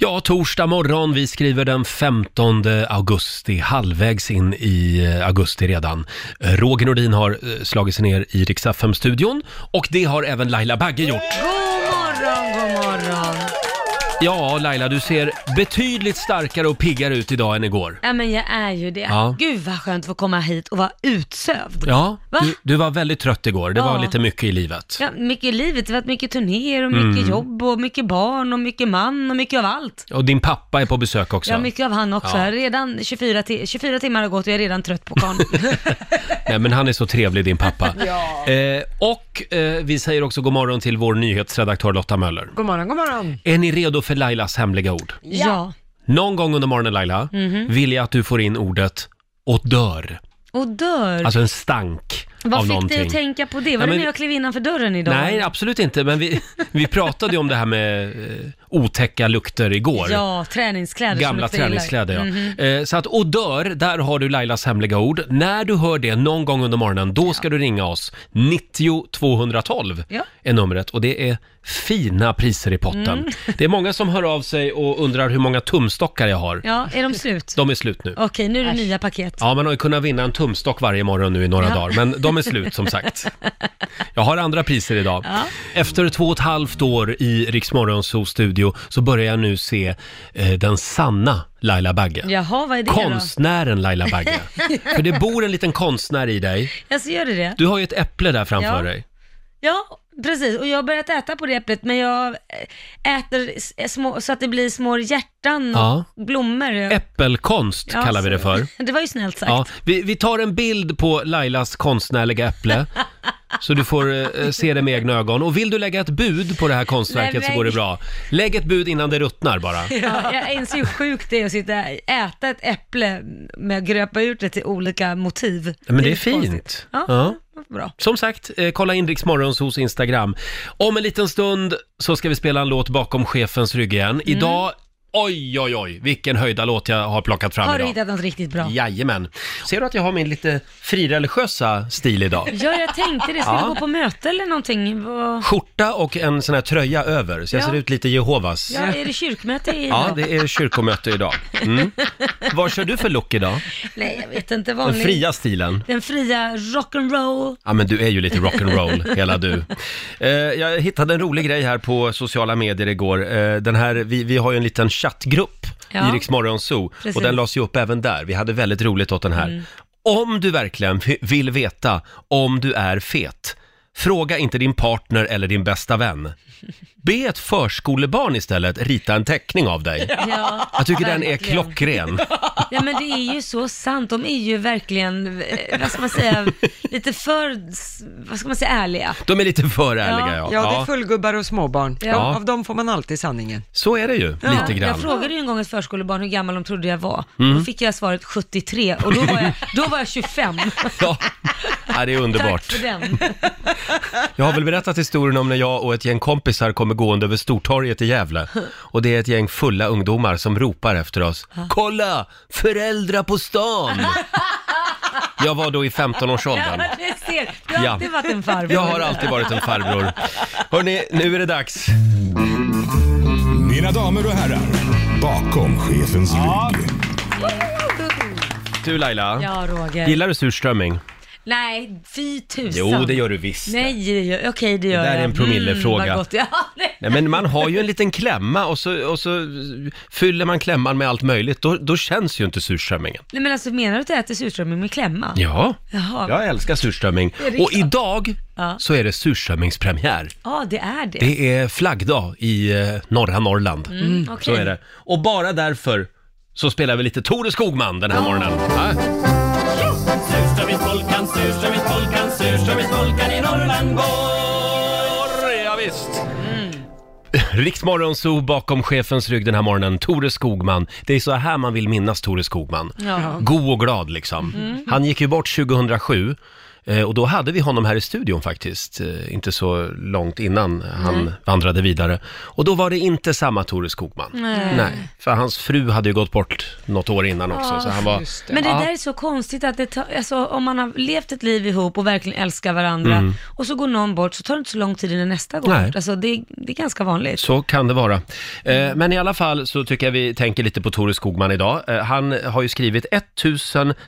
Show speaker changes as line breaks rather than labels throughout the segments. Ja, torsdag morgon. Vi skriver den 15 augusti, halvvägs in i eh, augusti redan. Eh, Roger Nordin har eh, slagit sig ner i Rix FM-studion och det har även Laila Bagge gjort.
God morgon, god morgon.
Ja, Laila, du ser betydligt starkare och piggare ut idag än igår.
Ja, men jag är ju det.
Ja.
Gud vad skönt att få komma hit och vara utsövd.
Ja,
Va?
du, du var väldigt trött igår. Det var
Ja.
lite mycket i livet.
Ja, mycket i livet, det har varit mycket turnéer och mycket
Mm.
jobb och mycket barn och mycket man och mycket av allt.
Och din pappa är på besök också.
Ja, mycket av han också.
Ja.
Jag är Redan 24, ti- 24 timmar har gått och jag är redan trött på karln.
Nej, men han är så trevlig, din pappa.
Ja.
eh, och eh, vi säger också god morgon till vår nyhetsredaktör Lotta Möller.
God morgon, god morgon.
Är ni redo för Lailas hemliga ord?
Ja.
Någon gång under morgonen Laila,
Mhm.
vill jag att du får in ordet odör.
Och dör.
Alltså en stank
vad
av
fick
någonting.
dig att tänka på det? Var
Ja,
det
men-
när jag klev innanför dörren idag?
Nej, absolut inte. Men vi, vi pratade ju om det här med eh, otäcka lukter igår.
Ja, träningskläder som
Gamla
luktar illa.
träningskläder, ja.
Mhm.
Eh, Så att odör, där har du Lailas hemliga ord. När du hör det någon gång under morgonen, då ska du ringa oss. 90 212
Ja.
är numret och det är fina priser i potten.
Mm.
Det är många som hör av sig och undrar hur många tumstockar jag har.
Ja, är de slut?
De är slut nu.
Okej, nu är det nya paket.
Ja, man har ju kunnat vinna en tumstock varje morgon nu i några
Ja.
dagar, men de är slut som sagt. Jag har andra priser idag.
Ja.
Efter två och ett halvt år i Riksmorgonsos studio så börjar jag nu se eh, den sanna Laila Bagge.
Jaha, vad är det
Konstnären Laila Bagge.
då?
För det bor en liten konstnär i dig.
Alltså gör det det?
Du har ju ett äpple där framför
Ja.
dig.
Ja, precis. Och jag har börjat äta på det äpplet, men jag eh, äter s- små, så att det blir små hjärtan och
Ja.
blommor.
Äppelkonst
Ja,
kallar vi
så-
det för.
Det var ju snällt sagt.
Ja, vi, vi tar en bild på Lailas konstnärliga äpple. Så du får eh, se det med egna ögon. Och vill du lägga ett bud på det här konstverket så går det bra. Lägg ett bud innan det ruttnar bara.
Ja, jag inser ju hur sjukt det är att sitta äta ett äpple med att gröpa ut det till olika motiv.
Men det är
lite
fint.
konstigt. Ja,
Bra. Som sagt, eh, kolla in Rix Morgonzos Instagram. Om en liten stund så ska vi spela en låt bakom chefens rygg
Mm.
igen. Idag, oj oj oj, vilken höjda låt jag har plockat fram
Har du
idag.
hittat något riktigt bra?
Jajamän. Ser du att jag har min lite frireligiösa stil idag?
Ja, jag tänkte det. Ska
Ja.
du gå på möte eller någonting? Vad-
Skjorta och en sån här tröja över, så jag
Ja.
ser ut lite Jehovas.
Ja, är det kyrkmöte i
Ja, det är kyrkomöte idag. Mm. Vad kör du för look idag?
Nej, jag vet inte.
Den
Vanlig...
fria stilen?
Den fria rock'n'roll.
Ja, men du är ju lite rock'n'roll, hela du. Eh, jag hittade en rolig grej här på sociala medier igår. Eh, den här, vi, vi har ju en liten chattgrupp
Ja.
i Rix Morgon Zoo
Precis.
och den lades ju upp även där. Vi hade väldigt roligt åt den här.
Mm.
Om du verkligen vi- vill veta om du är fet, fråga inte din partner eller din bästa vän. Be ett förskolebarn istället rita en teckning av dig.
Ja,
Jag tycker den är
verkligen.
klockren.
Ja men det är ju så sant, de är ju verkligen, eh, vad ska man säga, lite för, s- vad ska man säga, ärliga.
De är lite för ärliga, ja.
Ja, det är
Fullgubbar och småbarn.
Ja.
Av dem får man alltid sanningen.
Så är det ju,
Ja,
lite grann.
Jag frågade ju en gång ett förskolebarn hur gammal de trodde jag var.
Mm.
Då fick jag svaret 73 och då var jag, då var jag 25.
Ja, ja, det är underbart.
Tack för den.
Jag har väl berättat historien om när jag och ett gäng kompisar kommer gående över Stortorget i Gävle. Och det är ett gäng fulla ungdomar som ropar efter oss. Kolla! Föräldrar på stan! Jag var då i 15-årsåldern.
Ja, det ser. Du har
Ja.
alltid varit en farbror.
Jag har alltid varit en farbror. Hörni, nu är det dags.
Mina damer och herrar, bakom chefens rygg.
Du Laila,
Ja, Roger.
gillar du surströmming?
Nej, fy tusan.
Jo, det gör du visst.
Nej, det gör, okej det gör
där är
jag.
en promillefråga.
Mm, vad gott. Ja, nej.
Nej, men man har ju en liten klämma och så, och så fyller man klämman med allt möjligt. Då, då känns ju inte surströmmingen.
nej men alltså menar du att jag äter surströmming med klämma?
Ja,
Jaha.
jag älskar surströmming.
Är det
Och
klart?
idag
Ja.
så är det surströmmingspremiär.
Ja, det är det.
Det är flaggdag i eh, norra Norrland.
Mm, okej.
Så är det. Och bara därför så spelar vi lite Tore Skogman den här morgonen. Ja.
Surströmmingspolkan, surströmmingspolkan, surströmmingspolkan i Norrland går.
Ja, visst.
Mm.
Riksmorgonzoo bakom chefens rygg den här morgonen, Tore Skogman. Det är så här man vill minnas Tore Skogman.
Ja.
God och glad liksom.
Mm.
Han gick ju bort 2007. Eh, Och då hade vi honom här i studion faktiskt, eh, inte så långt innan han vandrade vidare. Och då var det inte samma Tore Skogman.
Nej.
för hans fru hade ju gått bort något år innan också,
Ja.
så han var...
Just det.
Men det
Ja.
där är så konstigt att det tar, alltså, om man har levt ett liv ihop och verkligen älskar varandra och så går någon bort så tar det inte så lång tid innan nästa går
Mm. Nej.
bort. Alltså, det, det är ganska vanligt.
Så kan det vara. Eh,
Mm.
Men i alla fall så tycker jag vi tänker lite på Tore Skogman idag. Eh, Han har ju skrivit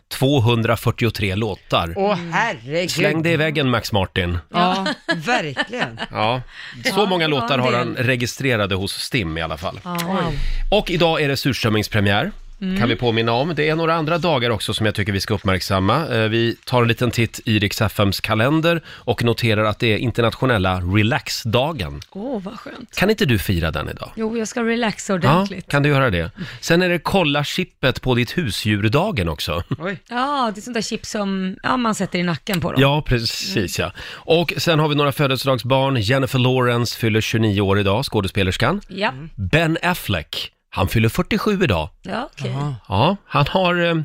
1243 låtar.
Åh herregud.
Släng det i väggen Max Martin.
Mm. Ja, verkligen.
Ja, så
Ja,
många
det var
låtar
en
har
del.
han registrerade hos Stim i alla fall.
Ja. Mm.
Och idag är det surströmmingspremiär. Kan vi påminna om. Det är några andra dagar också som jag tycker vi ska uppmärksamma. Eh, Vi tar en liten titt i Rix FMs kalender och noterar att det är internationella relaxdagen.
Åh, vad skönt.
Kan inte du fira den idag?
Jo, jag ska relaxa ordentligt.
kan du göra det? Sen är det kolla chippet på ditt husdjurdagen också.
Oj.
Ja, det är sånt där chips som ja, man sätter i nacken på dem.
Ja, precis ja. Och sen har vi några födelsedagsbarn. Jennifer Lawrence fyller 29 år idag, skådespelerskan.
Ja,
Ben Affleck, han fyller 47 idag.
ja okej.
Ja, han har, eh,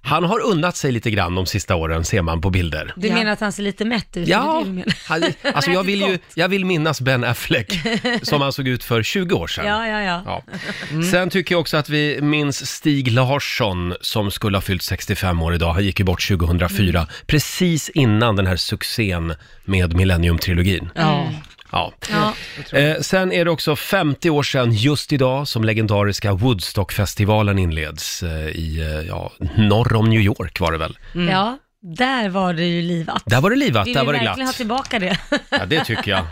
han har unnat sig lite grann de sista åren, ser man på bilder.
Du
Ja.
menar att han ser lite mätt ut? är det
Ja,
du menar?
han, alltså jag vill ju, jag vill minnas Ben Affleck som han såg ut för 20 år sedan.
ja, ja, ja. Mm.
Ja. Sen tycker jag också att vi minns Stig Larsson som skulle ha fyllt 65 år idag. Han gick ju bort 2004,
Mm.
precis innan den här succén med Millennium-trilogin.
Ja.
Ja.
Mm. Ja.
Eh, sen är det också 50 år sedan just idag som legendariska Woodstockfestivalen inleds eh, i, eh, ja, norr om New York var det väl?
ja, där var det ju livat.
Där var det livat,
Vill
där
vi
var det
verkligen ha
glatt.
tillbaka det?
Ja, det tycker jag.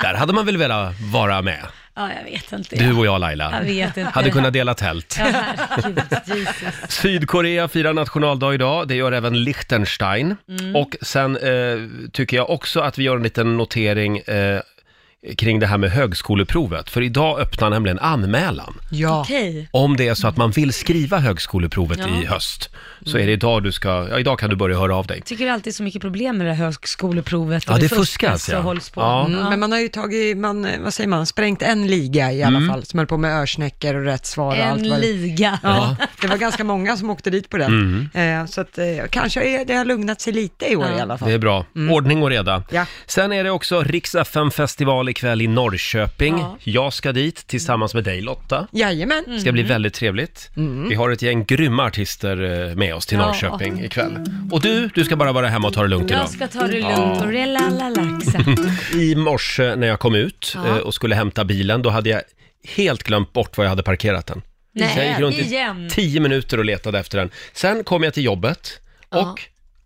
Där hade man väl velat vara med,
ja, jag vet inte.
du och jag
Jag
Laila.
vet inte.
Hade kunnat dela tält.
Ja, herregud, Jesus.
Sydkorea firar nationaldag idag, det gör även Liechtenstein.
Mm.
Och sen eh, tycker jag också att vi gör en liten notering eh, kring det här med högskoleprovet. För idag öppnar nämligen anmälan.
Ja.
Okej.
Om det är så att man vill skriva högskoleprovet
Ja. Mm.
i höst, så är det idag du ska, ja idag kan du börja höra av dig.
tycker det alltid är så mycket problem med det här högskoleprovet. och
Ja, det fuskas,
så
ja.
hålls på.
Ja.
Mm, men man har ju tagit, man, eh, vad säger man, sprängt en liga i alla
Mm.
fall, som höll på med örsnäckor och rätt svar och allt
En
vad det
liga.
Ja, det var ganska många som åkte dit på den.
Mm.
Eh, så att eh, kanske är, det har lugnat sig lite i år i alla fall.
Det är bra.
Mm.
Ordning och reda.
Ja.
Sen är det också Rix festival ikväll i Norrköping.
Ja.
Jag ska dit tillsammans med dig Lotta.
Jajamän.
Det
Mm.
ska bli väldigt trevligt. Vi har ett gäng grymma artister eh, med oss till
Ja.
Norrköping ikväll. Och du, du ska bara vara hemma och ta det lugnt idag.
Jag ska ta det lugnt och relalaxa.
I morse när jag kom ut
Ja.
eh, och skulle hämta bilen, då hade jag helt glömt bort var jag hade parkerat den.
Nej,
Så jag gick runt i
igen.
tio minuter och letade efter den. Sen kom jag till jobbet och,
Ja.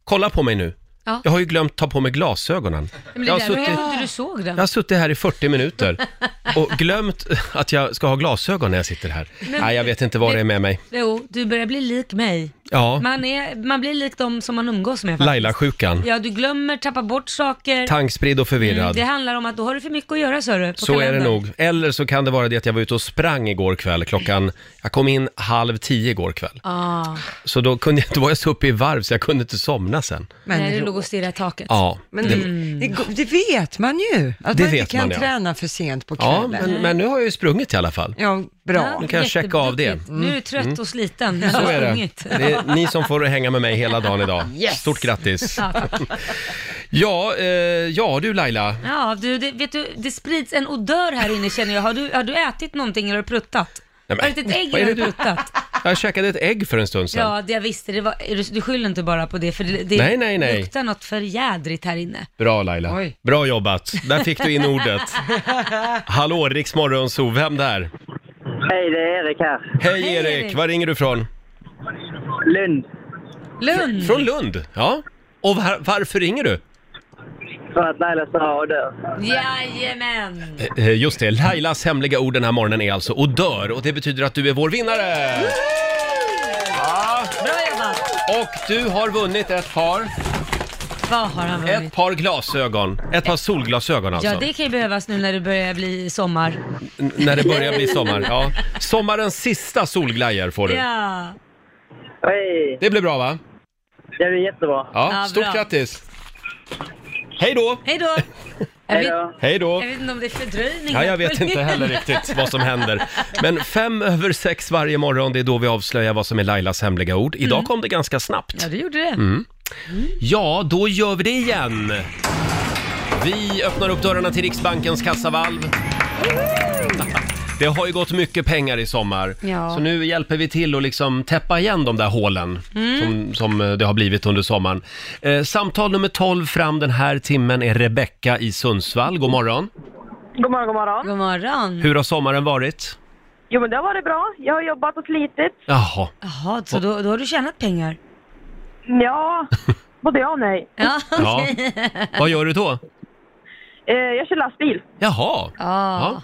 kolla på mig nu,
Ja.
jag har ju glömt ta på mig glasögonen.
Men det
Jag har
där, suttit...
suttit-
Jag trodde du såg den.
Jag har suttit här i 40 minuter och glömt att jag ska ha glasögon när jag sitter här. Nej, jag vet inte vad det är med mig.
Jo, du börjar bli lik mig.
Ja,
Man, är, man blir lik dem som man umgås med. faktiskt.
Laila-sjukan.
Ja, du glömmer, tappar bort saker. Mm,
Tankspridd och förvirrad.
Det handlar om att då har du för mycket att göra, sa du. på
Så är det
kalendern.
nog. Eller så kan det vara det att jag var ute och sprang igår kväll klockan, jag kom in halv tio igår kväll.
Ah,
Så då, kunde jag, då var jag så uppe i varv så jag kunde inte somna sen.
Men,
när du låg och stirrade i taket.
Ja,
men det, det, går- det vet man ju, att
Det
man inte
vet
kan
man, ja.
träna för sent på
ja
kvällen. Ja,
men, men nu har jag ju sprungit i alla fall.
bra.
Nu kan jag checka av det. Mm.
jätteduktigt. Nu är du trött och sliten.
Så är det. Det är ni som får hänga med mig hela dagen idag.
Yes.
Stort grattis.
Ja, tack.
Ja, eh, ja du Laila.
Ja, du, det, vet du, det sprids en odör här inne känner jag. Har du, har du ätit någonting eller har du pruttat?
Nej, men-
har du ätit ett ägg
vad
eller har
är
du
det du-
pruttat?
Jag käkade ett ägg för en stund sedan.
Ja, det jag visste. Det var, är du- du skyller inte bara på det, för det, det
Nej, nej, nej.
luktar något förjädrigt här inne.
Bra Laila.
Oj.
Bra jobbat. Där fick du in ordet. Hallå, Riks Morgonzoo. Vem där?
Hej, det är Erik här.
Hej,
Hej,
Erik.
Erik.
Var ringer du ifrån?
Lund.
Lund!
Från Lund? Ja. Och var, varför ringer du?
För att Laila sa och dör.
Jajamän!
Eh, Just det, Lailas hemliga ord den här morgonen är alltså och dör och det betyder att du är vår vinnare!
Bra jobbat!
Och du har vunnit ett par,
Vad har han
ett
vunnit?
par glasögon, ett par solglasögon alltså.
Ja, det kan ju behövas nu när det börjar bli sommar.
N- När det börjar bli sommar. Ja. Sommarens sista solglajjor får du.
Ja,
Hej!
Det blir bra va?
Det är jättebra.
Ja,
Ja,
stort
bra.
grattis! Hej då!
hej då! Jag
Hej
vet,
då!
Hej då!
jag vet inte om det är fördröjning.
Ja, jag vet inte heller riktigt vad som händer. Men fem över sex varje morgon, det är då vi avslöjar vad som är Lailas hemliga ord. Idag kom det ganska snabbt.
Mm.
Mm.
Ja, det gjorde det.
Ja, då gör vi det igen. Vi öppnar upp dörrarna till Riksbankens kassavalv. Det har ju gått mycket pengar i sommar,
Ja.
så nu hjälper vi till att liksom täppa igen de där hålen
Mm.
som, som eh, det har blivit under sommaren. Eh, samtal nummer 12 fram den här timmen är Rebecka i Sundsvall. God morgon!
God morgon, god morgon.
God morgon.
Hur har sommaren varit?
Jo, men det har varit bra. Jag har jobbat och slitit.
Jaha,
Jaha, så då, då har du tjänat pengar?
Ja, både ja och nej.
Ja,
ja.
okej.
vad gör du då?
Eh, jag kör lastbil.
Jaha!
Ja.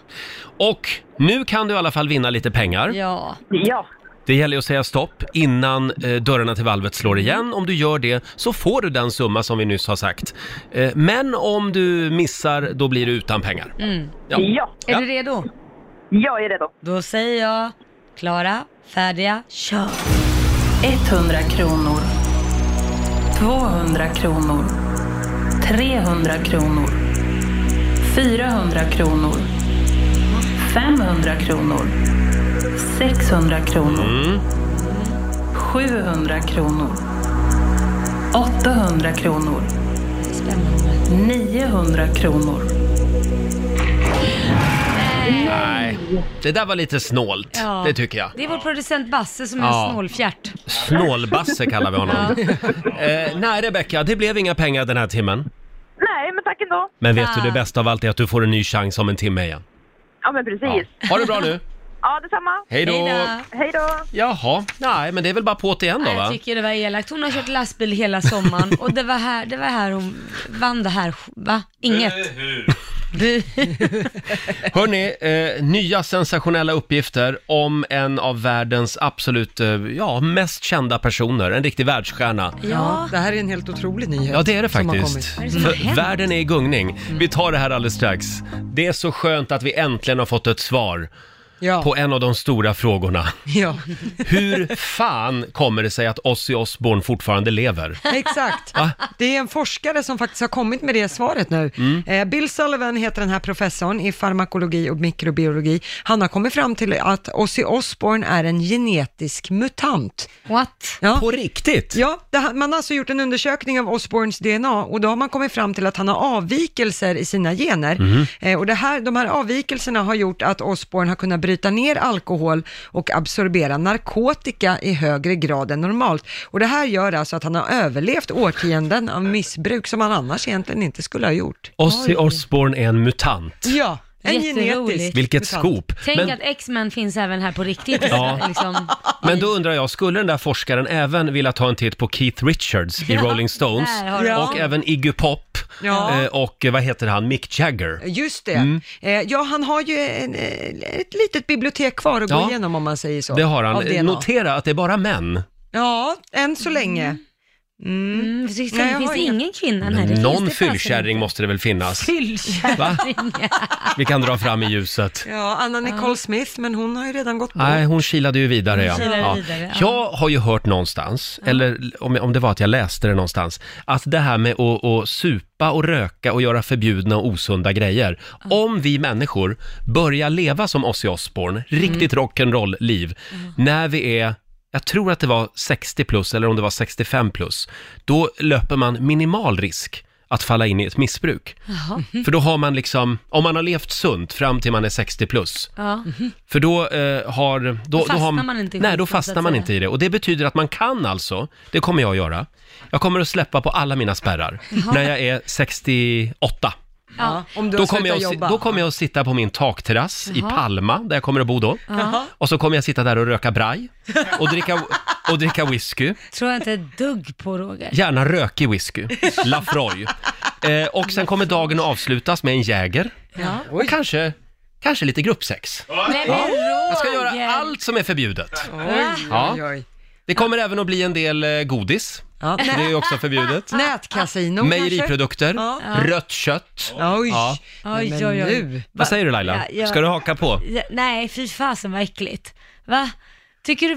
Och nu kan du i alla fall vinna lite pengar.
Ja.
Ja.
Det gäller att säga stopp innan eh, dörrarna till valvet slår igen. Om du gör det så får du den summa som vi nyss har sagt. Eh, men om du missar, då blir du utan pengar.
Mm.
Ja.
Ja.
Är
Ja.
du redo?
Jag är redo.
Då säger jag klara, färdiga, kör.
100 kronor. 200 kronor. 300 kronor. 400 kronor. 500 kronor. 600 kronor.
Mm.
700 kronor. 800 kronor. 900 kronor.
Nej, det där var lite snålt.
Ja.
Det tycker jag.
Det är vår producent Basse som är
Ja.
en snålfjärt.
Snålbasse kallar vi honom. Eh, nej, Rebecka, det blev inga pengar den här timmen.
Nej, men tack ändå.
Men vet du, det
Ah.
bästa av allt är att du får en ny chans om en timme igen.
Ja, men precis. Ja,
Ha det bra nu.
detsamma.
Hej då!
Hejdå.
Hej då.
Jaha, nej, men det är väl bara på det igen då, va?
Jag tycker det var elakt. Hon har kört lastbil hela sommaren och det var här, det var här hon vann det här, va? Inget. Bu.
Hörni, eh, nya sensationella uppgifter om en av världens absolut eh, ja, mest kända personer, en riktig världsstjärna.
Ja.
Det här är en helt otrolig nyhet.
Ja, det är det
som har
faktiskt.
kommit.
Vad är det som har
För
hänt? Mm.
världen är i gungning. Vi tar det här alldeles strax. Det är så skönt att vi äntligen har fått ett svar
Ja,
på en av de stora frågorna.
ja.
Hur fan kommer det sig att Ozzy Osbourne fortfarande lever?
exakt. Det är en forskare som faktiskt har kommit med det svaret nu.
Mm.
Eh, Bill Sullivan heter den här professorn i farmakologi och mikrobiologi. Han har kommit fram till att Ozzy Osbourne är en genetisk mutant.
What?
Ja.
På riktigt?
Ja, det, har- man har alltså gjort en undersökning av Osborns DNA och då har man kommit fram till att han har avvikelser i sina gener.
Mhm.
Eh, och det här, de här avvikelserna har gjort att Osborn har kunnat bryta ner alkohol och absorbera narkotika i högre grad än normalt. Och det här gör alltså att han har överlevt årtionden av missbruk som han annars egentligen inte skulle ha gjort.
Ozzy Osbourne är en mutant.
Ja, en
Jätteroligt.
genetisk
Vilket
mutant.
scoop!
Tänk
Men-
att X-Men finns även här på riktigt.
Ja.
Liksom.
Men då undrar jag, skulle den där forskaren även vilja ta en titt på Keith Richards i
Ja,
Rolling Stones?
där har du
Och
det.
även Iggy Pop
Ja.
eh, och eh, vad heter han, Mick Jagger?
Just det.
Mm.
Eh, ja, han har ju en, eh, ett litet bibliotek kvar att
Ja.
gå igenom om man säger så.
Det har han. Eh,
av DNA.
Notera att det är bara män.
Ja, än så länge. Mm.
Mm, så finns det,
Nej, jag
finns
har
det
inga-
ingen kvinna? Nej, det
Men
finns
Mm. någon
det fasen
fyllkärring
inte.
måste det väl finnas? Va?
Fyllkärring, ja.
Vi kan dra fram i ljuset.
Ja, Anna Nicole Smith, men hon har ju redan gått
Nej,
bort.
hon kilade ju vidare. Ja.
Hon kilade
ja.
vidare, ja.
Jag har ju hört någonstans, eller om, om det var att jag läste det någonstans, att det här med att, att supa och röka och göra förbjudna och osunda grejer. Om vi människor börjar leva som Ozzy Osbourne,
Mm.
riktigt rock'n'roll-liv, när vi är jag tror att det var 60 plus eller om det var 65 plus. Då löper man minimal risk att falla in i ett missbruk.
Mm.
För då har man liksom, om man har levt sunt fram till man är 60 plus,
Ja.
för då eh, har... Då, då
fastnar
har,
man inte i
Nej,
skiten,
då
så att
fastnar man
säga.
inte i det. Och det betyder att man kan alltså, det kommer jag att göra, jag kommer att släppa på alla mina spärrar när jag är 68.
Ja, om du
Då
har
kommer, jag
slutat
att, si-
jobba.
då kommer jag att sitta på min takterrass i
Jaha.
Palma, där jag kommer att bo då.
Jaha.
Och så kommer jag sitta där och röka braj och dricka, och dricka whisky.
Tror jag inte ett dugg på Roger.
Gärna rökig whisky, Lafroy. Eh, och sen kommer dagen att avslutas med en Jäger
Ja.
och kanske, kanske lite gruppsex.
Nej men Roger!
Jag ska göra allt som är förbjudet.
Oj,
Ja.
oj, oj.
Det kommer även att bli en del eh, godis.
Ja.
Det är ju också förbjudet.
Nätkasino kanske?
Ah. Mejeriprodukter,
Ja.
rött kött.
Oj,
Ja.
Oj,
Nej,
oj,
men
oj.
nu.
Vad säger du Laila?
Ja, ja.
Ska du haka på?
Ja, Nej, fy fasen vad äckligt. Va? Tycker du,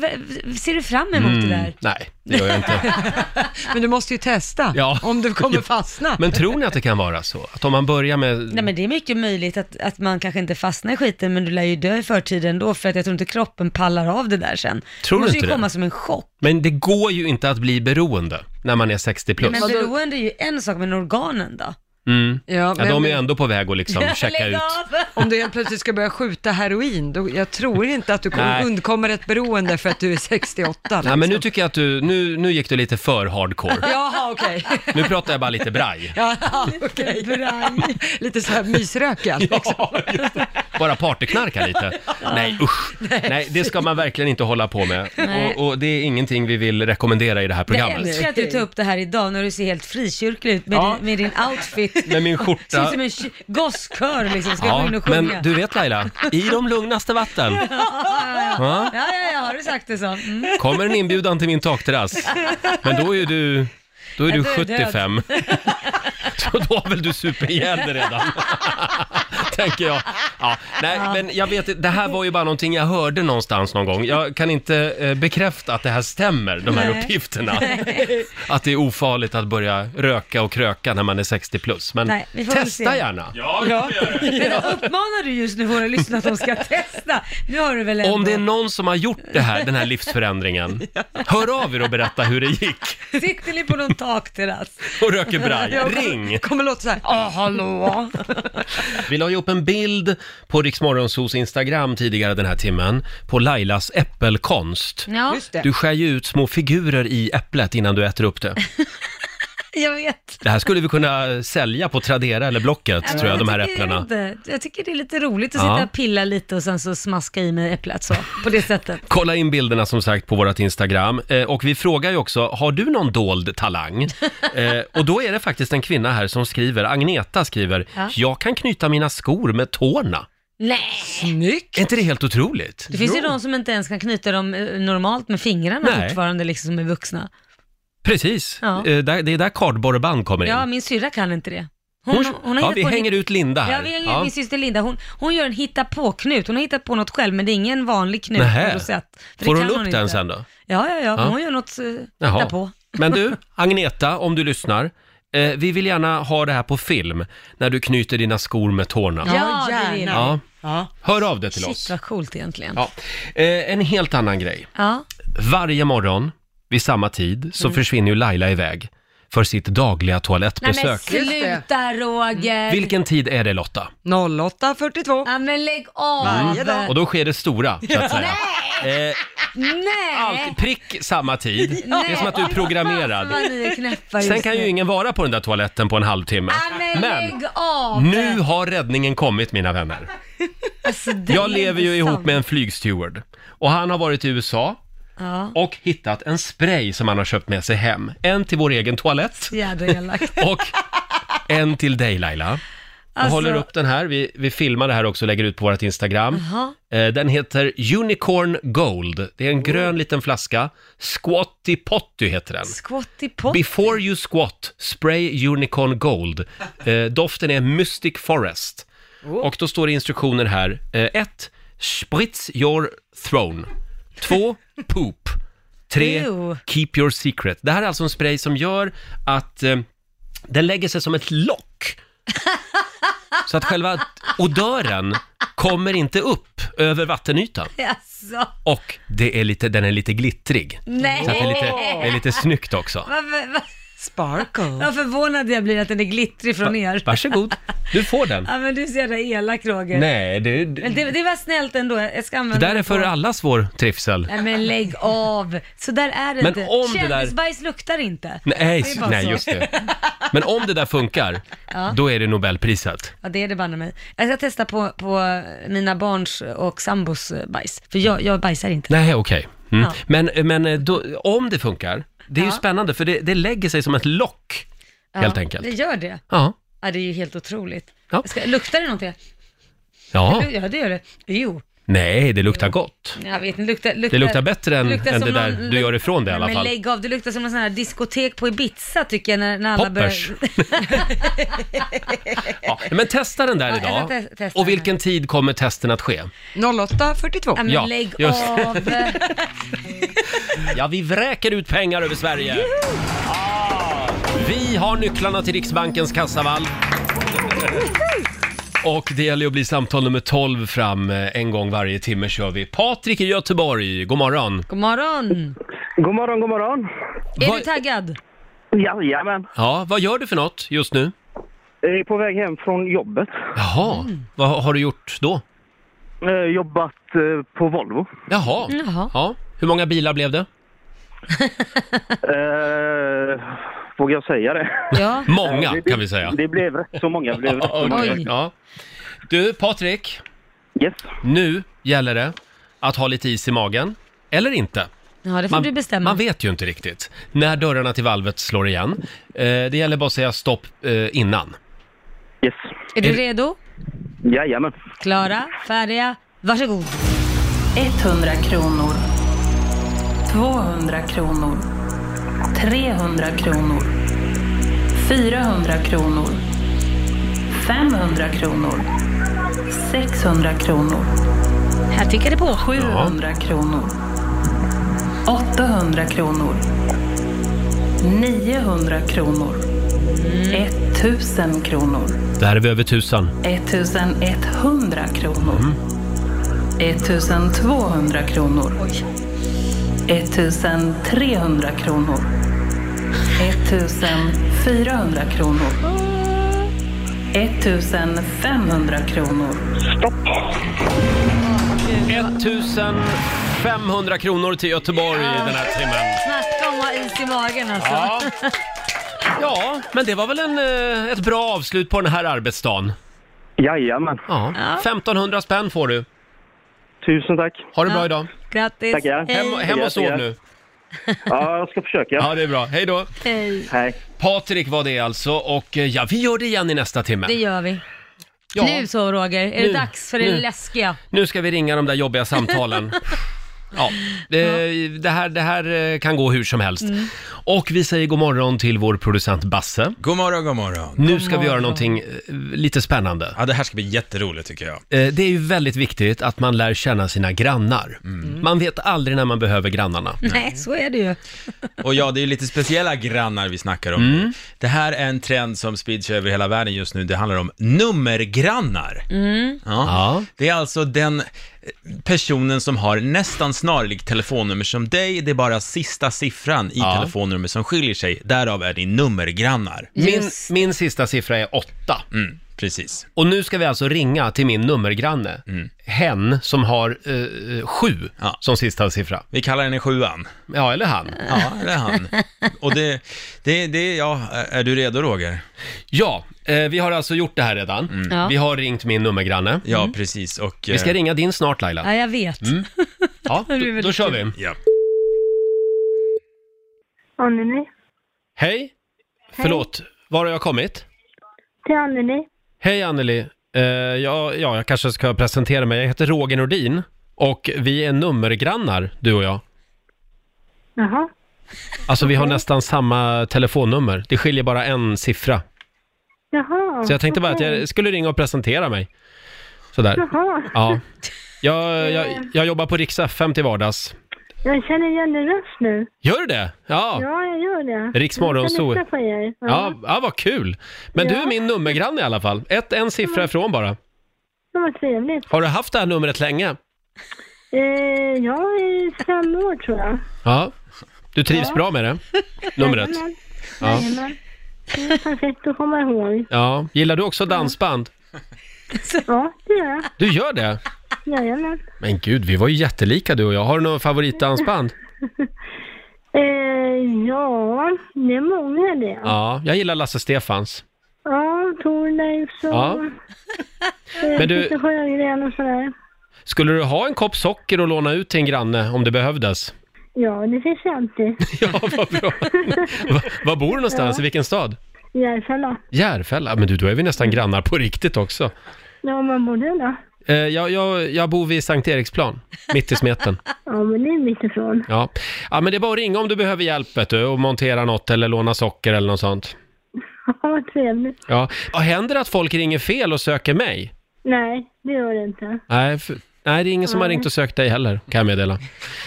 ser du fram emot det där?
Mm. Nej, det gör jag inte.
Men du måste ju testa
Ja.
om du kommer fastna.
Men tror ni att det kan vara så? Att om man börjar med...
Nej men det är mycket möjligt att, att man kanske inte fastnar i skiten men du lär ju dö i förtid ändå för att jag tror inte kroppen pallar av det där sen.
Tror
det
du
måste
inte
ju
det?
komma som en chock.
Men det går ju inte att bli beroende när man är 60 plus.
Men beroende är ju en sak, men organen då?
Mm.
Ja,
Ja,
men,
de är ändå på väg att liksom checka
Lägg
ut.
av!
Om du helt plötsligt ska börja skjuta heroin, då, jag tror inte att du kommer
Nej.
undkommer ett beroende för att du är 68.
Nej,
liksom.
men nu tycker jag att du, nu, nu gick du lite för hardcore.
Jaha, okej.
Nu pratar jag bara lite braj.
Jaha, okej. Lite så här mysröken. liksom.
Bara partyknarka lite. Nej, usch. Nej, det ska man verkligen inte hålla på med.
Nej.
Och, och det är ingenting vi vill rekommendera i det här
Jag
programmet.
älskar att du tar upp det här idag när du ser helt frikyrklig ut med,
Ja.
din, med din outfit.
Med min
Ser ut
skjorta.
som en ky- gosskör liksom, ska gå
Ja,
in och sjunga.
men du vet Laila, i de lugnaste vatten
Ja, ja, ja, har du sagt det så? Mm.
kommer en inbjudan till min takterrass. Men då är du, då är du
då är jag död.
75. Så då har väl du super ihjäl dig redan. Tänker jag. Ja, nej, men jag vet inte, det här var ju bara någonting jag hörde någonstans någon gång. Jag kan inte eh, bekräfta att det här stämmer, de här uppgifterna. Att det är ofarligt att börja röka och kröka när man är 60 plus. Men
Nej, vi får väl
testa
se.
gärna.
Ja, ja.
Men då uppmanar du just nu våra lyssnare att de ska testa. Nu har du väl ändå...
Om det är någon som har gjort det här, den här livsförändringen, hör av er och berätta hur det gick
Sitter ni på någon takterrass?
och röker braj. Ring!
kommer låta så här.
Ja, hallå?
Vi la ju upp en bild på Riksmorgonsos Instagram tidigare den här timmen på Lailas äppelkonst.
Ja,
Just det.
Du skär ju ut små figurer i äpplet innan du äter upp det.
jag vet.
Det här skulle vi kunna sälja på Tradera eller Blocket, tror jag, de här
tycker
äpplena.
Inte. Jag tycker det är lite roligt att
Ja.
sitta och pilla lite och sen så smaska i mig äpplet så, på det sättet.
Kolla in bilderna som sagt på vårt Instagram. Eh, och vi frågar ju också, har du någon dold talang? Eh, och då är det faktiskt en kvinna här som skriver, Agneta skriver,
Ja.
jag kan knyta mina skor med tårna.
Nej!
Snyggt!
Är inte det helt otroligt?
Det finns ju de som inte ens kan knyta dem eh, normalt med fingrarna
Nej.
fortfarande, liksom som är vuxna.
Precis,
Ja.
eh, där, det är där kardborreband kommer in.
Ja, min syrra kan inte det.
Hon,
har
ja,
hittat
vi
på en-
hänger ut Linda här.
Ja, vi hänger ut min syster Linda. Hon, hon gör en hitta på-knut. Hon har hittat på något själv, men det är ingen vanlig knut
Nähä.
på något sätt. För
Får
det
hon
kan
upp den
inte.
sen då?
Ja, ja, ja.
Ja.
Hon gör något eh,
Jaha.
hitta på.
Men du, Agneta, om du lyssnar. Eh, vi vill gärna ha det här på film, när du knyter dina skor med tårna.
Ja,
Ja.
det
gärna.
vill jag.
ja.
Ja.
Hör av dig till
Shit,
oss.
vad coolt egentligen. Ja.
Ja. Eh, en helt annan grej. Varje morgon vid samma tid så
Mm.
försvinner ju Laila iväg för sitt dagliga
Nej men
toalettbesök.
sluta Roger!
Vilken tid är det Lotta?
08.42.
Ja men lägg av!
Varje dag.
Mm. Och då sker det stora, så att säga. Eh,
Nej!
alltid prick samma tid. Det är som att du är programmerad.
Vad ni är knäppa just
Sen kan
nu.
ju ingen vara på den där toaletten på en halvtimme.
Ja, men,
Men
lägg av!
nu har räddningen kommit mina vänner.
Alltså, det är
Jag lever ju
inte
ihop
sant.
med en flygsteward och han har varit i USA
Ja,
och hittat en spray som han har köpt med sig hem. En till vår egen toalett
jädra elakt.
och en till dig Laila. Jag
Alltså-
håller upp den här, vi, vi filmar det här också och lägger ut på vårt Instagram.
Jaha.
Eh, Den heter Unicorn Gold. Det är en grön liten flaska. Squatty Potty heter den.
Squatty pot.
Before you squat, spray Unicorn Gold. Eh, doften är Mystic Forest. Och då står det instruktioner här. 1. spritz your throne. 2. Poop. 3.
Ew.
Keep your secret. Det här är alltså en spray som gör att eh, den lägger sig som ett lock. Så att själva odören kommer inte upp över vattenytan.
Alltså,
Och det är lite, den är lite glittrig.
nej!
Så att det är lite, det är lite snyggt också.
Varför, var,
Sparkle.
vad förvånad jag blir att den är glittrig från er.
Varsågod, du får den.
Ja men du är så jävla elak Roger.
Nej, det,
Men det, det var snällt ändå, jag ska
det
använda
där är
det
för
på-
allas vår trivsel.
Nej men lägg av! Så där är det
Men
inte.
om det där-
Kändisbajs luktar inte.
Nej,
Det är bara
nej
så.
just det. Men om det där funkar, då är det Nobelpriset.
Ja det är det banne mig. Jag ska testa på, på mina barns och sambos bajs. För jag, jag bajsar inte.
Nej, okej. Mm.
Ja.
Men, men då, om det funkar, det är ju
Ja.
spännande för det, det lägger sig som ett lock, helt
ja,
enkelt.
Det gör det.
Ja.
Ja det är ju helt otroligt.
Ja.
Jag ska, luktar det någonting?
Ja.
Ja det gör det. Jo.
Nej, det luktar gott.
Jag vet inte, luktar,
Det luktar bättre än, än det
som
där
någon-
du gör ifrån det i alla
men
fall.
lägg av, det luktar som en sån här diskotek på Ibiza tycker jag när, när alla
Poppers.
börjar...
Ja, men testa den där
Ja,
idag.
jag ska te- testa
Och vilken tid kommer testen att ske?
08.42.
Ja, men
Ja,
lägg
just.
av.
Ja, vi vräker ut pengar över Sverige. Ah, Vi har nycklarna till Riksbankens kassavalv. Och det gäller ju att bli samtal nummer 12 fram. eh, En gång varje timme kör vi. Patrik i Göteborg, god morgon.
God morgon.
God morgon, god morgon.
Är
Vad-
du taggad?
Jajamän.
Ja, vad gör du för något just nu?
Jag är på väg hem från jobbet.
Jaha,
Mm.
vad har du gjort då?
Eh, Jobbat eh, på Volvo.
Jaha.
Mm, Jaha.
Ja. Hur många bilar blev det?
Eh, vågar jag säga det?
Ja.
Många kan vi säga.
Det blev rätt så många. Blev rätt så
Ja,
många.
okej. Ja. Du, Patrik.
Yes.
Nu gäller det att ha lite is i magen, eller inte.
Ja, det får du bestämma.
man vet ju inte riktigt när dörrarna till valvet slår igen. Eh, det gäller bara att säga stopp eh, innan.
Yes.
Är du
Är-
redo?
Jajamän.
Klara, färdiga, varsågod.
100 kronor. 200 kronor. 300 kronor. 400 kronor. 500 kronor. 600 kronor.
Här tickar det på.
700 kronor. 800 kronor. 900 kronor.
Mm.
1000 kronor.
Där är vi över tusan.
1100 kronor. 1200 kronor. 1300 kronor. 1400 kronor. 1500 kronor.
1500 kronor till Göteborg den här timmen.
Snacka om att ha is i magen alltså.
Ja. ja, men det var väl en, eh, ett bra avslut på den här arbetsdagen.
Jajamän.
Ja. 1500 spänn får du.
Tusen tack.
Ha det bra
Ja.
idag.
Grattis.
Tackar.
Hej.
Hem, hem och sov nu.
Ja, jag ska försöka.
Ja, det är bra. Hej då.
Hej.
Hej.
Patrik var det alltså och eh, ja, vi gör det igen i nästa timme.
Det gör vi.
Ja.
Nu så Roger, är
Nu.
det dags för det
Nu.
läskiga?
Nu ska vi ringa de där jobbiga samtalen. Ja, det, det, här, det här eh, kan gå hur som helst. Och vi säger god morgon till vår producent Basse.
God morgon, god morgon.
Nu ska vi göra
morgon.
någonting eh, lite spännande.
Ja, det här ska bli jätteroligt tycker jag.
Eh, Det är ju väldigt viktigt att man lär känna sina grannar.
Mm.
Man vet aldrig när man behöver grannarna.
Nej, så är det ju.
Och ja, det är ju lite speciella grannar vi snackar om nu.
Mm.
Det här är en trend som sprids över hela världen just nu. Det handlar om nummergrannar.
Mm.
Ja.
Ja.
Det är alltså den eh, personen som har nästan snarlikt telefonnummer som dig, det är bara sista siffran i
Ja.
telefonnummer som skiljer sig, därav är din nummergrannar.
Min,
Just.
min sista siffra är åtta.
Mm, precis. Mm.
Och nu ska vi alltså ringa till min nummergranne, hen som har eh, sju
Ja.
som sista siffra.
Vi kallar henne sjuan.
Ja, eller han.
Ja, det är han. Och det, det, det, ja, är du redo Roger? Mm.
Ja, eh, vi har alltså gjort det här redan.
Ja. Mm.
Vi har ringt min nummergranne.
Ja, precis. Och,
Vi ska
eh,
ringa din snart Laila.
Ja, jag vet.
Ja,
är
då,
väldigt
då kör vi.
ja.
Anneli.
Hej! Förlåt, var har jag kommit?
Till Anneli.
Hej Anneli. Eh, ja, ja, jag kanske ska presentera mig. Jag heter Roger Nordin och vi är nummergrannar, du och jag.
Jaha.
Alltså vi har nästan samma telefonnummer. Det skiljer bara en siffra.
Jaha.
Så jag tänkte bara att
okej.
jag skulle ringa och presentera mig. Sådär.
Jaha.
Ja. Jag, jag, jag jobbar på Rix FM till vardags.
Jag känner igen din röst nu.
Gör du det? Ja.
Ja, jag gör det.
Riks Morgonzoo.
Jag kan lita på er. Ja.
Ja, ja, vad kul! Men du är min nummergranne i alla fall. Ett, en siffra ifrån bara.
Det var trevligt.
Har du haft det här numret länge?
Eh, jag är fem år tror jag.
Ja. Du trivs bra med det? Numret?
Jajamän.
Ja.
Jajamän. Det är perfekt att komma ihåg.
Ja. Mm. Gillar du också dansband?
Ja, det gör jag.
Du gör det?
Jajamän.
Men gud, vi var ju jättelika du och jag. Har du något favoritdansband?
Eh, ja, det är många det. Ja,
Ja, jag gillar Lasse Stefans.
Thorleifs och
Ja.
eh,
Men du-
Peter Sjögren och sådär.
Skulle du ha en kopp socker och låna ut till en granne om det behövdes?
Ja, det finns ju alltid.
Ja, vad bra. Va- Var bor du någonstans? I vilken stad?
Järfälla.
Järfälla? Men du, då är vi nästan grannar på riktigt också.
Ja, man borde det.
Eh, jag, jag, jag bor vid Sankt Eriksplan, mitt i smeten.
Ja, men det är mitt ifrån.
Ja. ja, men det är bara att ringa om du behöver hjälp vet du, och montera något eller låna socker eller något sånt.
Ja, vad trevligt.
Ja. Ja, händer det att folk ringer fel och söker mig?
Nej, det gör det inte.
Nej, för, nej det är ingen
Mm.
som har ringt och sökt dig heller, kan jag meddela.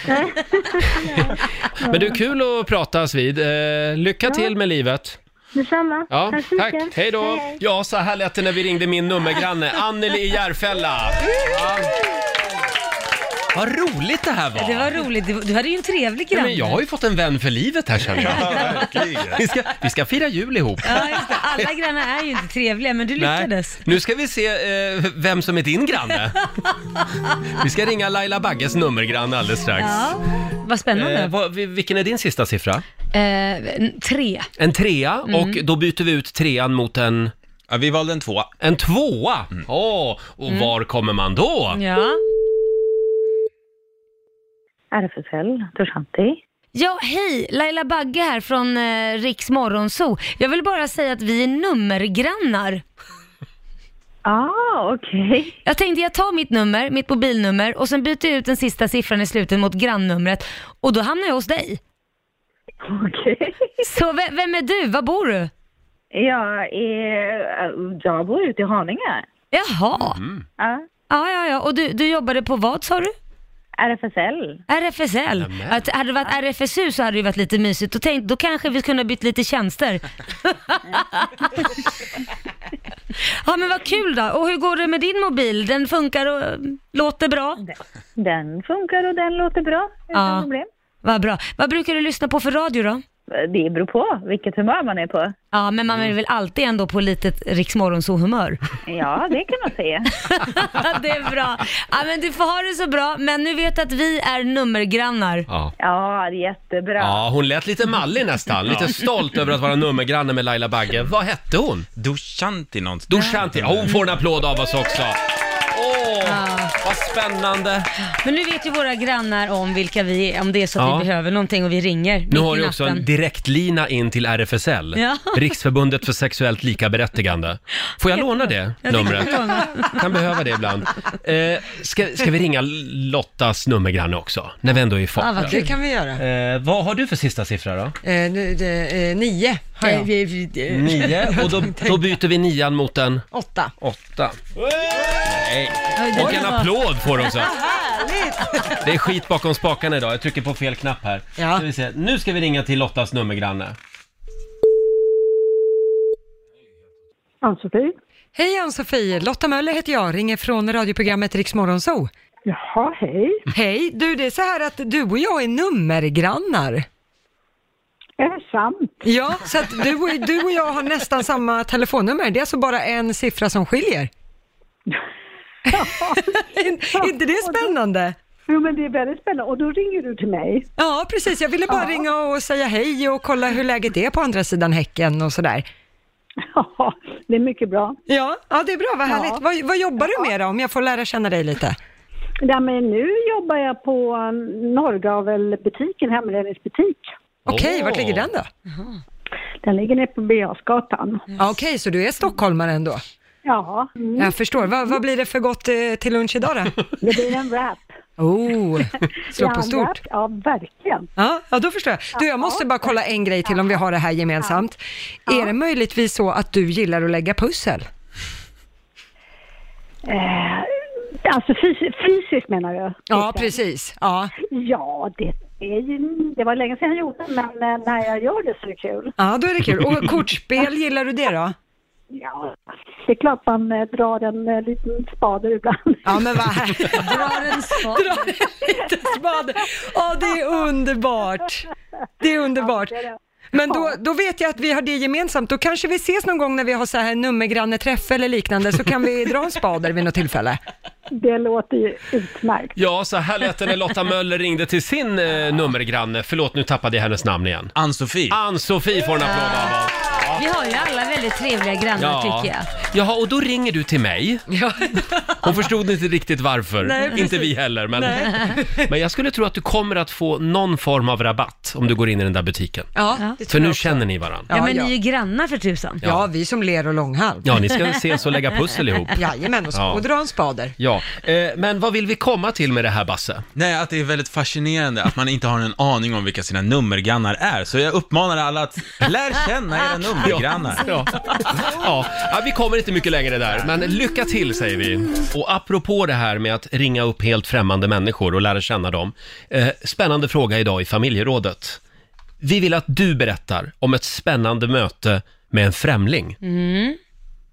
Nej.
Men du, kul att pratas vid. Eh, lycka till med livet.
Detsamma.
Ja,
tack så
tack.
mycket.
Hej då. Ja, så här lät det när vi ringde min nummergranne, Anneli i Järfälla. Ja. Vad roligt det här var.
Det var roligt. Du- Du hade ju en trevlig
Ja,
granne.
men jag har ju fått en vän för livet här känner jag. Vi ska, vi ska fira jul ihop.
Ja, just det. Alla grannar är ju inte trevliga, men du lyckades.
Nu ska vi se eh, vem som är din granne. Vi ska ringa Laila Bagges nummergranne alldeles strax.
Ja, vad
Eh,
spännande.
vad, vi- vilken är din sista siffra?
Eh, n- tre.
En trea
Mm.
och då byter vi ut trean mot en... Ja, vi valde en tvåa. En tvåa? Åh, och
Mm.
var kommer man då?
Ja.
RFSL, Dushanti.
Ja, hej! Laila Bagge här från eh, Riks Morgonzoo. Jag vill bara säga att vi är nummergrannar.
Ah, okej.
Jag tänkte jag tar mitt nummer, mitt mobilnummer och sen byter jag ut den sista siffran i slutet mot grannnumret och då hamnar jag hos dig.
Okej.
Så ve- vem är du? Var bor du?
Jag, är, eh, jag bor ute i Haninge.
Jaha.
Ja.
Ja, ja, ja. Och du, du jobbade på vad sa du?
RFSL.
RFSL.
Nämen.
Att hade det varit RFSU så hade det ju varit lite mysigt. Och tänkt, då kanske vi kunde ha bytt lite tjänster. ja men vad kul då. Och hur går det med din mobil? Den funkar och eh, låter bra?
Den funkar och den låter bra. Utan
Ja.
problem.
Vad bra. Vad brukar du lyssna på för radio då?
Det beror på vilket humör man är på.
Ja men man är väl alltid ändå på litet Rix humör
Ja, det kan man säga.
det är bra. Ja men du får ha det så bra. Men nu vet att vi är nummergrannar.
Ja.
Ja, jättebra.
Ja, hon lät lite mallig nästan.
Ja.
Lite stolt över att vara nummergranne med Laila Bagge. Vad hette hon?
Dushanti någonting.
Dushanti. Ja, hon får en applåd av oss också. Åh, vad spännande.
Men nu vet ju våra grannar om vilka vi är, om det är så att
Ja.
vi behöver någonting och vi ringer. mitt
Nu
i
har du också
natten.
en direktlina in till RFSL,
Ja.
Riksförbundet för sexuellt likaberättigande. Får jag låna det
Ja, det
numret?
kan du låna.
Kan behöva det ibland. Eh, ska, ska vi ringa Lottas nummergranne också, när vi ändå är i
Ja,
farten?
vad kul. Det kan vi göra.
Eh, vad har du för sista siffra då?
Eh, nu, det, eh, nio har jag.
Nio, och då, då byter vi nian mot en?
Åtta.
Åtta. Nej.
Oj, det
Och
där
en
var-
applåd får de sen.
Härligt!
Det är skit bakom spakarna idag, jag trycker på fel knapp här. Ska vi se. Nu ska vi ringa till Lottas nummergranne.
Ann-Sofie. Hej Ann-Sofie, Lotta Möller heter jag, ringer från radioprogrammet Rix Morgonzoo. Jaha, hej. Hej, du det är så här att du och jag är nummergrannar. Är det sant? Ja, så att du, och- du och jag har nästan samma telefonnummer, det är alltså bara en siffra som skiljer. Är inte det spännande?
Jo, men det är väldigt spännande. Och då ringer du till mig.
Ja, precis, jag ville bara ringa och säga hej och kolla hur läget är på andra sidan häcken och sådär.
Ja, det är mycket bra.
Ja, ja det är bra, vad härligt. Vad, vad jobbar du med då, om jag får lära känna dig lite?
Ja, men nu jobbar jag på eh, Norrgavelbutiken, hemredningsbutik.
Okej, vart ligger den då?
Den ligger nere på Beasgatan.
Ja, Okej, så du är stockholmare ändå?
Ja. Mm.
Jag förstår. Vad, vad blir det för gott eh, till lunch idag då?
Det blir en wrap.
Oh, slå
Ja,
på
en
stort.
wrap. Ja, verkligen.
Ja, ja, då förstår jag. Du, jag måste bara kolla en grej till om vi har det här gemensamt. Är det möjligtvis så att du gillar att lägga pussel?
Eh, alltså fysi- fysiskt menar du?
Ja, precis. Ja.
Ja, det, är ju, det var länge sedan jag gjorde men eh, när jag gör det så är det kul.
Ja, då är det kul. Och kortspel, gillar du det då?
Ja, det är klart man eh, drar en eh, liten spade ibland.
Ja, men vad här-
Drar en spade.
Drar en liten spade. Ja, det är underbart. Det är underbart. Men då, då vet jag att vi har det gemensamt. Då kanske vi ses någon gång när vi har så här nummergranneträff eller liknande så kan vi dra en spader vid något tillfälle.
Det låter ju utmärkt.
Ja, så här lät det när Lotta Möller ringde till sin eh, nummergranne. Förlåt, nu tappade jag hennes namn igen.
Ann-Sofie.
Ann-Sofie får en applåd av oss. Ja.
Vi har ju alla väldigt trevliga grannar tycker jag.
Jaha, och då ringer du till mig. Hon förstod inte riktigt varför.
Nej,
inte
precis.
vi heller, men, men jag skulle tro att du kommer att få någon form av rabatt om du går in i den där butiken.
ja.
För nu känner ni varandra.
Ja, men ni är ju grannar för tusan.
Ja,
vi som ler och långhalm.
Ja, ni ska ses och lägga pussel ihop.
Jajamän, och,
Ja.
och dra en spader.
Ja, eh, men vad vill vi komma till med det här Basse?
Nej, att det är väldigt fascinerande att man inte har en aning om vilka sina nummergrannar är. Så jag uppmanar alla att lär känna era nummergrannar.
Ja, ja. ja, vi kommer inte mycket längre där, men lycka till säger vi. Och apropå det här med att ringa upp helt främmande människor och lära känna dem. Eh, spännande fråga idag i familjerådet. Vi vill att du berättar om ett spännande möte med en främling.
Mm.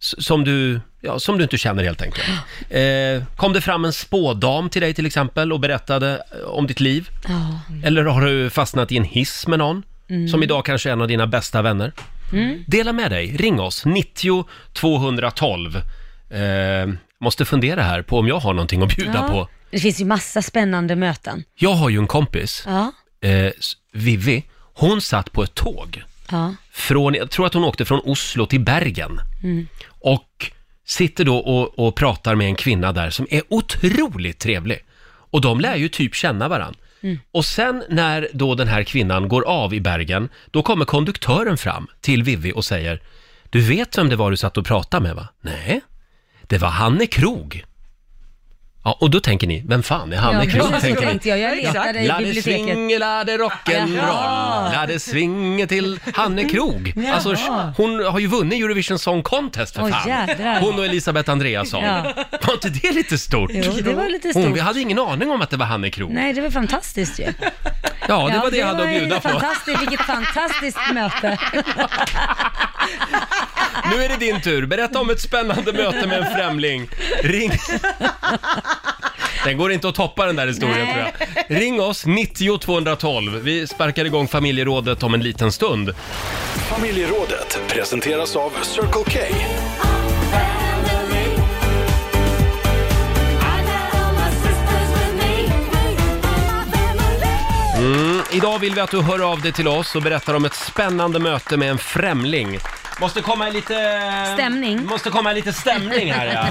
S- Som du, ja, som du inte känner helt enkelt. Eh, kom det fram en spådam till dig till exempel och berättade eh, om ditt liv?
Ja.
Eller har du fastnat i en hiss med någon?
Mm.
Som idag kanske är en av dina bästa vänner.
Mm.
Dela med dig, ring oss, 90 212. Eh, måste fundera här på om jag har någonting att bjuda
Ja.
på.
Det finns ju massa spännande möten.
Jag har ju en kompis,
Ja.
eh, s- Vivi, hon satt på ett tåg.
Ja.
Från, jag tror att hon åkte från Oslo till Bergen.
Mm.
Och sitter då och, och pratar med en kvinna där som är otroligt trevlig. Och de lär ju typ känna varandra.
Mm.
Och sen när då den här kvinnan går av i Bergen, då kommer konduktören fram till Vivi och säger Du vet vem det var du satt och pratade med va? Nej, det var Hanne Krog. Ja, och då tänker ni, vem fan är Hanne
Ja,
Krog?
precis,
tänker ni.
tänkte jag. Jag
Ja,
letade i
Lalle
biblioteket.
Singel hade rock'n'roll, Lalle svinge till Hanne Krog.
Jaha.
Alltså, hon har ju vunnit Eurovision Song Contest för
Åh,
fan.
jädrar.
Hon och Elisabeth Andreasson.
Ja.
Var inte det lite stort?
Jo, det var lite
Hon,
stort.
vi hade ingen aning om att det var Hanne Krog.
Nej, det var fantastiskt ju.
Ja, det var det jag hade
var
att bjuda
ju
på.
Fantastiskt, vilket fantastiskt möte.
Nu är det din tur. Berätta om ett spännande möte med en främling. Ring... Den går inte att toppa den där historien
Nej.
tror jag. Ring oss, 90 212. Vi sparkar igång familjerådet om en liten stund.
Familjerådet presenteras av Circle K.
Mm, idag vill vi att du hör av dig till oss och berättar om ett spännande möte med en främling. Måste komma i lite...
Stämning.
Måste komma i lite stämning här ja.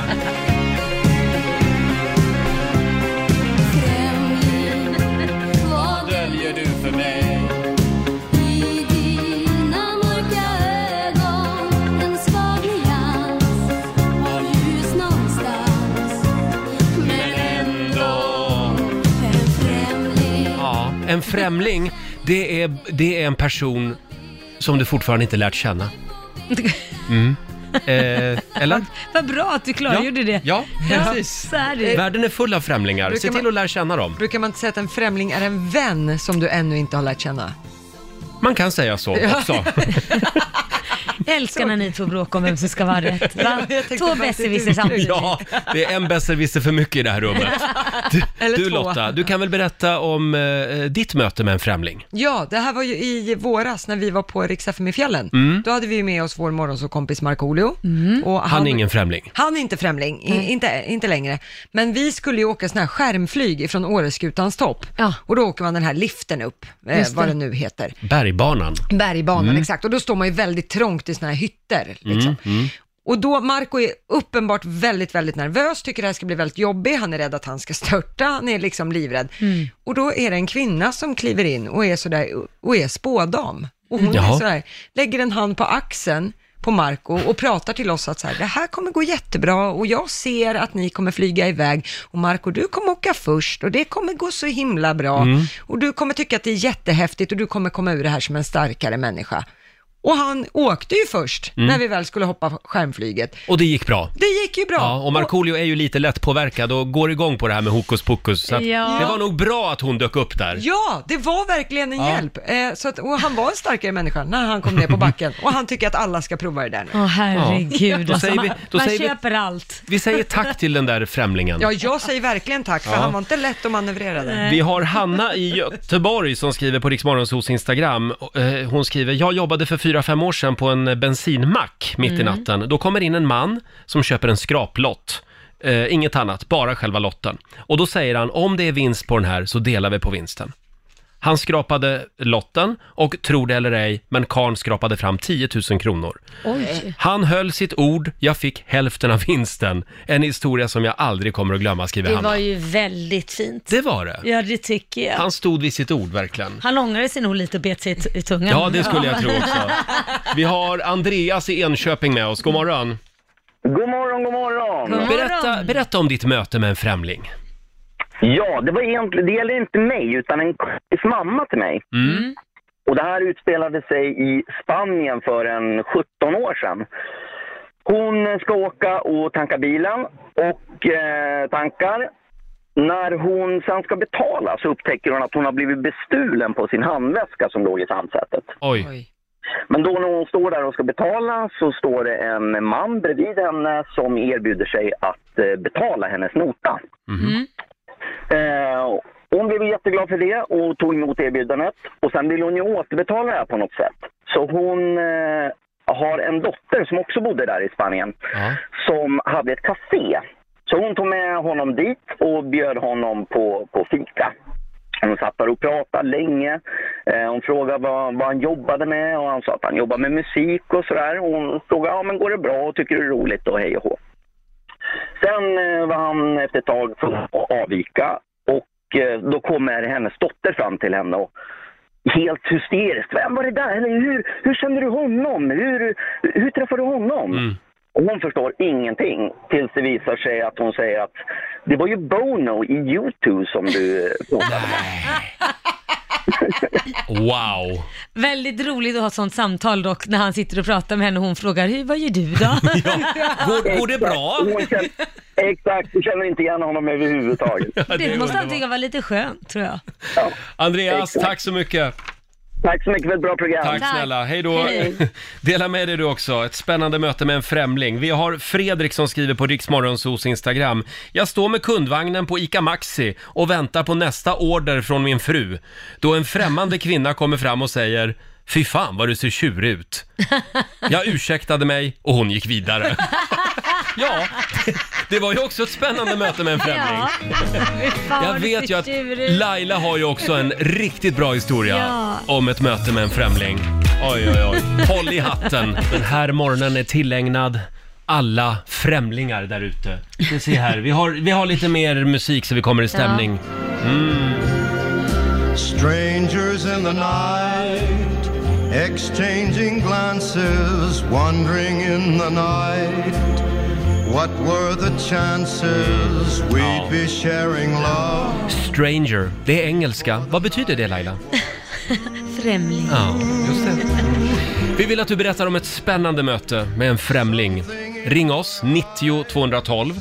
Vad döljer du för mig?
ja. En främling, det är, det är en person som du fortfarande inte lärt känna. Mm. Eh, eller?
Vad bra att du klargjorde det.
Ja, precis.
så är det.
Världen är full av främlingar. Se
Brukar
till
man-
att lära känna dem.
Brukar man inte säga att en främling är en vän som du ännu inte har lärt känna?
Man kan säga så
Ja.
också.
Jag älskar när ni två bråkar om vem som ska vara rätt. Va? Två besserwisser samtidigt.
Ja, det är en besserwisser för mycket i det här rummet.
Eller
Du
två.
Lotta, du kan väl berätta om eh, ditt möte med en främling?
Ja, det här var ju i våras när vi var på Rix FM i fjällen.
Mm.
Då hade vi ju med oss vår morgonsåkompis Markoolio.
Mm.
Och
Han är ingen främling.
Han är inte främling, i, inte, inte längre. Men vi skulle ju åka sån här skärmflyg ifrån Åreskutans topp. Och då åker man den här liften upp, eh,
Just
vad
det.
den nu heter.
Bergbanan.
Bergbanan,
Mm.
exakt. Och då står man ju väldigt trångt i såna här hytter. Liksom.
Mm, mm.
Och då, Marco är uppenbart väldigt, väldigt nervös, tycker det här ska bli väldigt jobbigt, han är rädd att han ska störta, han är liksom livrädd.
Mm.
Och då är det en kvinna som kliver in och är sådär, och är spådam. Och hon är
Jaha.
sådär, lägger en hand på axeln på Marco och pratar till oss att så här, det här kommer gå jättebra och jag ser att ni kommer flyga iväg och Marco du kommer åka först och det kommer gå så himla bra
Mm.
och du kommer tycka att det är jättehäftigt och du kommer komma ur det här som en starkare människa. Och han åkte ju först
Mm.
när vi väl skulle hoppa skärmflyget.
Och det gick bra.
Det gick ju bra.
Ja, och Markoolio är ju lite lättpåverkad och går igång på det här med hokus pokus. Så att
Ja.
det var nog bra att hon dök upp där.
Ja, det var verkligen en
Ja.
hjälp. Eh, så att, och han var en starkare människa när han kom ner på backen. Och han tycker att alla ska prova det där nu.
Åh herregud,
Ja. Då
alltså,
säger
man,
vi- då
man
säger vi-
köper allt.
Vi säger tack till den där främlingen.
Ja, jag säger verkligen tack, för
Ja.
han var inte lätt att manövrera där.
Vi har Hanna i Göteborg som skriver på Riksmorgonsos Instagram. Eh, Hon skriver, jag jobbade för 4-5 år sedan på en bensinmack mitt i
Mm.
natten. Då kommer in en man som köper en skraplott. Eh, inget annat, bara själva lotten. Och då säger han, om det är vinst på den här så delar vi på vinsten. Han skrapade lotten och, tro det eller ej, men karln skrapade fram 10 000 kronor.
Oj.
Han höll sitt ord, jag fick hälften av vinsten. En historia som jag aldrig kommer att glömma, skriver
Det
Hanna.
var ju väldigt fint.
Det var det.
Ja, det tycker jag.
Han
Han,
stod vid sitt ord, verkligen.
ångrade sig nog lite och bet sig i, t- i tungan.
Ja, det skulle jag tro också. Vi har Andreas i Enköping med oss. God morgon.
God morgon, god morgon!
Berätta, berätta om ditt möte med en främling.
Ja, det, var egentligen, det gäller inte mig, utan en kompis mamma till mig.
Mm.
Och det här utspelade sig i Spanien för en 17 år sedan. Hon ska åka och tanka bilen och eh, tankar. När hon sen ska betala så upptäcker hon att hon har blivit bestulen på sin handväska som låg i handsätet.
Oj.
Men då när hon står där och ska betala så står det en man bredvid henne som erbjuder sig att eh, betala hennes nota. Eh, hon blev jätteglad för det och tog emot erbjudandet. Och sen ville hon ju återbetala det här på något sätt. Så hon eh, har en dotter som också bodde där i Spanien som hade ett café. Så hon tog med honom dit och bjöd honom på, på fika. Hon satt där och pratade länge. Eh, hon frågade vad, vad han jobbade med och han sa att han jobbade med musik och sådär. Hon frågade, ja men går det bra och tycker det är roligt och hej och hå. Sen eh, var han efter ett tag tvungen att avvika och eh, då kommer hennes dotter fram till henne och helt hysteriskt. Vem var det där? Eller Hur, hur känner du honom? Hur, hur träffade du honom?
Mm.
Och hon förstår ingenting tills det visar sig att hon säger att det var ju Bono i U2 som du pratade med.
Wow!
Väldigt roligt att ha ett sånt samtal dock, när han sitter och pratar med henne och hon frågar "Hur, vad gör du då?
Går, går det bra?
Exakt, du känner inte igen honom överhuvudtaget.
det måste han tycka var lite skönt, tror jag.
Andreas,
Exakt.
tack så mycket.
Tack så mycket för ett bra program.
Tack
Tack.
snälla. Hej då.
Hej.
Dela med dig du också. Ett spännande möte med en främling. Vi har Fredrik som skriver på Riksmorgonsos Instagram. Jag står med kundvagnen på ICA Maxi och väntar på nästa order från min fru. Då en främmande kvinna kommer fram och säger Fy fan vad du ser tjurig ut. Jag ursäktade mig och hon gick vidare. Ja, det var ju också ett spännande möte med en främling.
Ja. Fan,
Jag
vad
vet ju att
förtjurig.
Laila har ju också en riktigt bra historia
Ja.
om ett möte med en främling. Oj, oj, oj. Håll i hatten. Den här morgonen är tillägnad alla främlingar där ute. Ska se här, vi har, vi har lite mer musik så vi kommer i stämning. Mm.
Strangers in the night, exchanging glances, wandering in the night. What were the chances we'd be sharing love?
Stranger, det är engelska. Vad betyder det Laila?
Främling.
Ja, just det. Vi vill att du berättar om ett spännande möte med en främling. Ring oss, 90 212. Eh,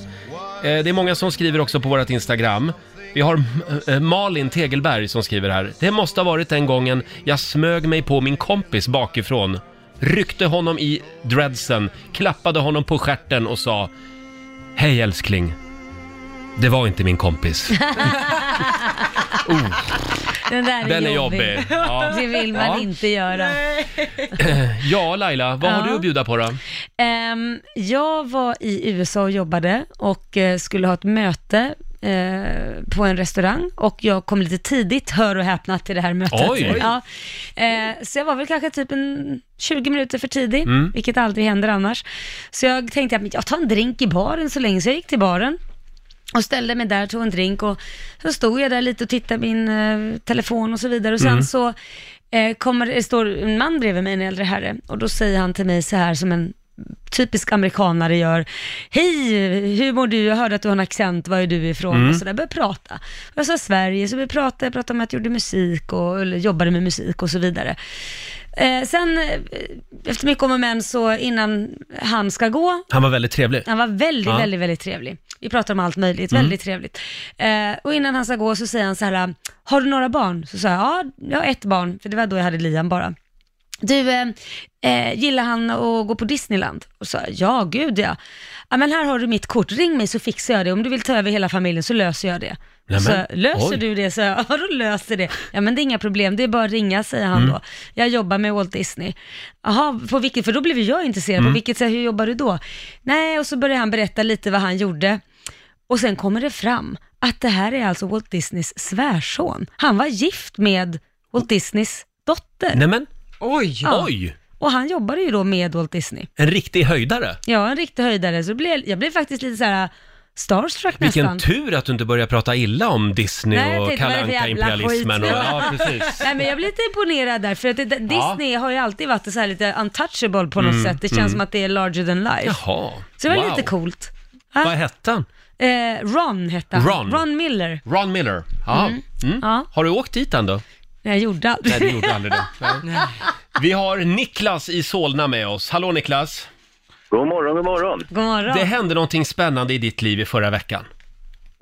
Det är många som skriver också på vårt Instagram. Vi har eh, Malin Tegelberg som skriver här. Det måste ha varit den gången jag smög mig på min kompis bakifrån, ryckte honom i dreadsen, klappade honom på stjärten och sa Hej älskling, det var inte min kompis. Oh.
Den där är
Den är
jobbig.
jobbig. Ja.
Det vill man
Ja.
inte göra.
Ja, Laila, vad har
Ja.
du att bjuda på då?
Ehm, jag var i USA och jobbade och eh, skulle ha ett möte eh, på en restaurang och jag kom lite tidigt, hör och häpna, till det här mötet.
Oj.
Ja. Eh, så jag var väl kanske typ en 20 minuter för tidig,
Mm.
vilket aldrig händer annars. Så jag tänkte att men jag tar en drink i baren så länge, så jag gick till baren och ställde mig där, tog en drink och så stod jag där lite och tittade på min eh, telefon och så vidare och sen
Mm.
så eh, kommer, det står en man bredvid mig, en äldre herre och då säger han till mig så här som en typisk amerikanare gör, hej, hur mår du? Jag hörde att du har en accent, var är du ifrån?
Mm.
Och så där, började prata. Och jag sa Sverige, så vi pratade, jag pratade om att jag gjorde musik och eller, jobbade med musik och så vidare. Eh, sen, eh, efter mycket om och men, så innan han ska gå,
Han var väldigt trevlig.
han var väldigt,
Ja.
väldigt, väldigt trevlig. Vi pratar om allt möjligt,
Mm.
väldigt trevligt. Eh, och innan han ska gå så säger han så här, har du några barn? Så sa jag, ja, jag har ett barn, för det var då jag hade Liam bara. Du, eh, eh, gillar han att gå på Disneyland? Och sa, jag, ja, gud ja. ja. men här har du mitt kort, ring mig så fixar jag det. Om du vill ta över hela familjen så löser jag det.
Nämen.
Så, löser
Oj.
du det? Så jag, vadå löser det? Ja men det är inga problem, det är bara att ringa, säger han
Mm.
då. Jag jobbar med Walt Disney. Jaha, på vilket, för då blev ju jag intresserad,
Mm.
på vilket sätt, hur jobbar du då? Nej, och så började han berätta lite vad han gjorde. Och sen kommer det fram att det här är alltså Walt Disneys svärson. Han var gift med Walt Disneys dotter.
Nämen,
Oj!
Ja.
oj!
Och han jobbade ju då med Walt Disney.
En riktig höjdare.
Ja, en riktig höjdare. Så det blev, jag blev faktiskt lite så här starstruck
Vilken
nästan.
tur att du inte börjar prata illa om Disney
Nej, jag
och
tänkte, vad
Kalle
är det för jävla
Anka-imperialismen. Och,
skit?
ja, precis.
Nej, men jag blir lite imponerad där, för att det, det-
Ja.
Disney har ju alltid varit så här lite untouchable på något
Mm,
sätt. Det känns
mm.
som att det är larger than life.
Jaha,
Så det var
wow.
lite coolt. Ja.
Vad hette han?
Eh, Ron hette han.
Ron.
Miller.
Ron Miller. Ja.
Mm.
Mm.
Ja.
Har du åkt dit än då?
Nej, jag gjorde aldrig
Nej, du gjorde aldrig det. Nej. Vi har Niklas i Solna med oss. Hallå Niklas!
God morgon, god morgon.
God morgon.
Det hände någonting spännande i ditt liv i förra veckan.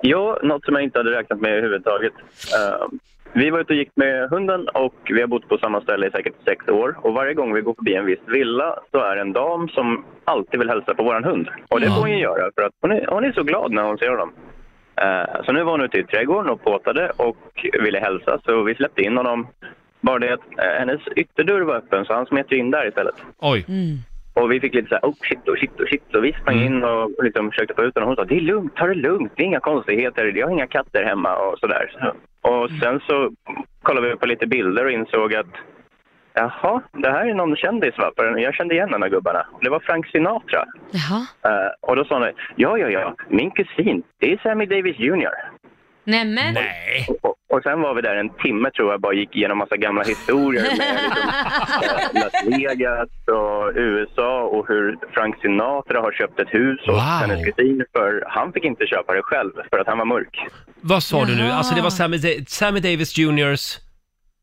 Ja, något som jag inte hade räknat med överhuvudtaget. Eh, vi var ute och gick med hunden och vi har bott på samma ställe i säkert sex år. Och varje gång vi går förbi en viss villa så är det en dam som alltid vill hälsa på vår hund. Och det får hon ju göra för att hon är, hon är så glad när hon ser honom. Eh, så nu var hon ute i trädgården och påtade och ville hälsa så vi släppte in honom. Bara det att eh, hennes ytterdörr var öppen så han smet ju in där istället.
Oj.
Mm.
Och vi fick lite så här, oh shit, oh shit, oh shit. Så vi sprang in och liksom försökte få ut honom. Hon sa, det är lugnt, ta det lugnt, det är inga konstigheter, jag har inga katter hemma och sådär. Så. Och sen så kollade vi på lite bilder och insåg att jaha, det här är någon kändis va? För Jag kände igen den här gubbarna. Det var Frank Sinatra.
Jaha.
Eh, och då sa hon, ja, ja, ja, min kusin, det är Sammy Davis Jr.
Nämen.
Nej.
Och, och, och sen var vi där en timme tror jag, bara gick igenom massa gamla historier med Las Vegas och USA och hur Frank Sinatra har köpt ett hus och hennes kusin för han fick inte köpa det själv för att han var mörk.
Vad sa du nu?
Jaha.
Alltså det var Sammy, Da- Sammy Davis Juniors...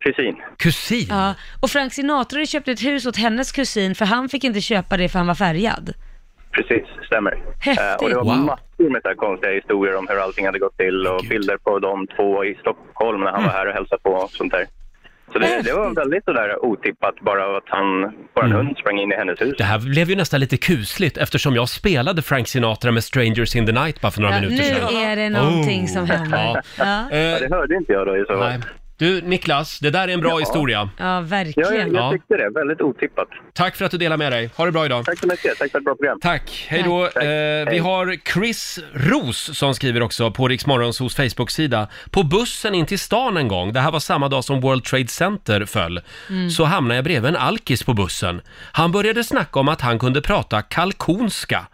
Kusin.
Kusin?
Ja. Och Frank Sinatra köpte ett hus åt hennes kusin, för han fick inte köpa det för han var färgad.
Precis, stämmer.
Häftigt.
Eh, och det var
Wow.
massor med så här konstiga historier om hur allting hade gått till och bilder på de två i Stockholm när han var här och hälsade på och sånt där. Så det, det var väldigt sådär otippat bara av att han, vår hund sprang in i hennes hus.
Det här blev ju nästan lite kusligt eftersom jag spelade Frank Sinatra med Strangers in the Night bara för några
Ja,
minuter
nu
sedan. Oh.
är det någonting som händer.
Ja.
Ja.
det
hörde inte jag då i så
fall. Du, Niklas, det där är en bra
Ja.
historia.
Ja,
Ja, jag,
verkligen.
jag tyckte det. Väldigt otippat.
Tack för att du delar med dig. Ha det bra idag.
Tack så mycket. Tack för ett bra program.
Tack. Hej då. Eh, vi har Chris Ros som skriver också på Riksmorgonsos Facebook-sida. På bussen in till stan en gång, det här var samma dag som World Trade Center föll,
Mm.
så hamnade jag bredvid en alkis på bussen. Han började snacka om att han kunde prata kalkonska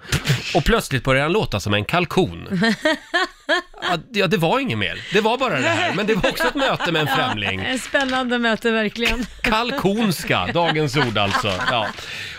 och plötsligt började han låta som en kalkon. Ja, det- Ja, det var inget mer. Det var bara det här, men det var också ett möte med en främling.
Ja, Spännande möte verkligen.
Kalkonska, dagens ord alltså. Ja.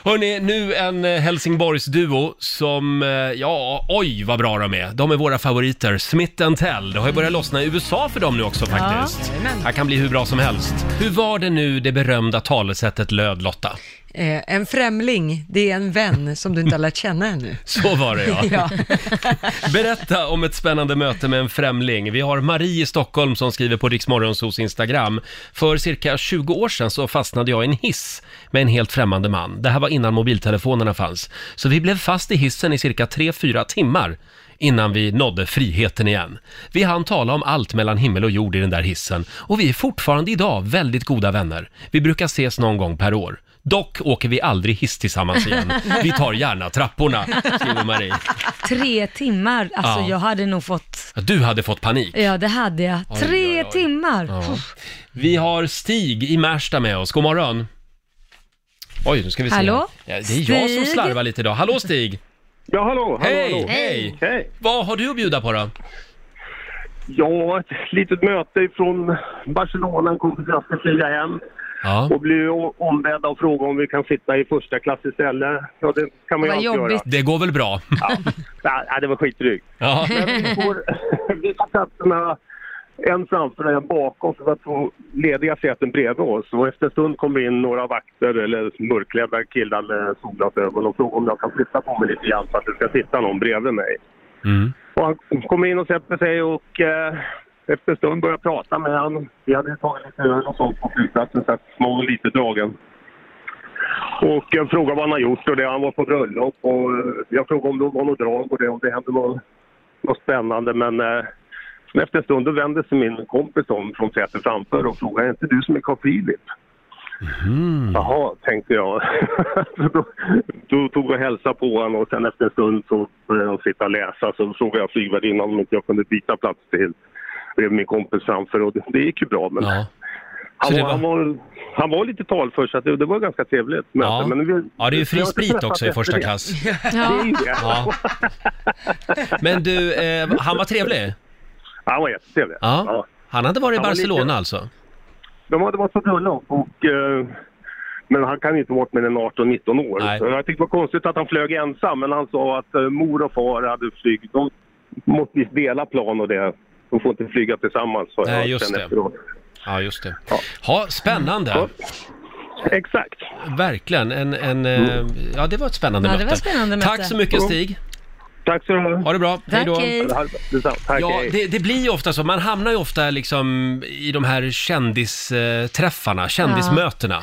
Hörni, nu en eh, Helsingborgsduo som, eh, ja, oj vad bra de är. De är våra favoriter, Smith Tell. Det har ju börjat lossna i USA för dem nu också
Ja.
faktiskt.
Jajamän.
Det här kan bli hur bra som helst. Hur var det nu det berömda talesättet löd, Lotta?
Eh, en främling, det är en vän som du inte har lärt känna ännu.
Så var det ja.
Ja.
Berätta om ett spännande möte med en främling. Vi har Marie i Stockholm som skriver på Riksmorgonsos Instagram. För cirka 20 år sedan så fastnade jag i en hiss med en helt främmande man. Det här var innan mobiltelefonerna fanns. Så vi blev fast i hissen i cirka 3-4 timmar innan vi nådde friheten igen. Vi hann tala om allt mellan himmel och jord i den där hissen och vi är fortfarande idag väldigt goda vänner. Vi brukar ses någon gång per år. Dock åker vi aldrig hiss tillsammans igen. Vi tar gärna trapporna, skriver Marie.
Tre timmar, alltså
Ja.
jag hade nog fått,
Ja, Du hade fått panik.
ja det hade jag.
Oj,
Tre
oj, oj.
timmar!
Ja.
Puh.
Vi har Stig i Märsta med oss. God morgon. Oj, nu ska vi se.
Hallå?
Ja, det är jag som
Stig?
slarvar lite idag. Hallå Stig!
Ja, hallå, hallå,
hej,
hallå.
Hej.
Hej.
Vad har du att bjuda på då?
Ja, ett litet möte från Barcelona. En kompis jag ska flyga hem.
Ja.
Och blir o- ombedd att fråga om vi kan sitta i första klass istället. Ja, det kan man ju alltid göra.
Det går väl bra?
Ja, nej, det var skitdrygt.
Ja.
Men vi får, vi får platserna en framför och en bakom. Så vi har två lediga säten bredvid oss. Och efter en stund kommer in några vakter eller mörkklädda killar med solglasögon och frågar om jag kan flytta på mig lite grann för att det ska sitta någon bredvid mig. Och han kommer in och sätter sig och eh, efter en stund börjar jag prata med honom. Vi hade ju tagit lite öl och sånt på flygplatsen så att man var lite dragen. Och jag frågade vad han har gjort och det. Han var på bröllop och eh, jag frågade om det var något drag och det, om det hände något, något spännande. Men eh, men efter en stund då vände sig min kompis om från sätet framför och frågade är inte du som är Carl Philip?
Mm.
Jaha, tänkte jag. Så då, då tog jag hälsa på honom och sen efter en stund så började han sitta och läsa. Så frågade jag flygvärdinnan om inte jag kunde byta plats till bredvid min kompis framför och det, det gick ju bra. Men Han,
Så det
var, han, var, han var lite talför, så att det, det var ganska trevligt.
Ja.
Men vi,
Ja, det är ju
vi
fri
har inte
sprit
träffats
också i
efter
första
det.
klass.
Det är ju det.
Ja. Men du, eh, han var trevlig?
Han var jättetrevlig.
Ja. Han hade varit i
Han var
Barcelona
lite-
alltså?
De hade varit på bröllop och... eh, Men han kan ju inte ha varit mer än 18-19 år. Så jag tyckte det var konstigt att han flög ensam, men han sa att eh, mor och far hade flyg. De måste visst dela plan och det. De får inte flyga tillsammans. sa jag
Nej, just
sen
det.
efteråt.
Ja, just det. Ja, spännande.
Exakt. Mm.
Verkligen. En, en, eh, ja, det var ett spännande
Ja, det
möte.
var ett spännande möte.
Tack så mycket Stig.
Tack så mycket.
Ha det bra.
Tack, hej.
Tack,
ja,
hej.
det, det blir ju ofta så. Man hamnar ju ofta liksom i de här kändisträffarna, kändismötena.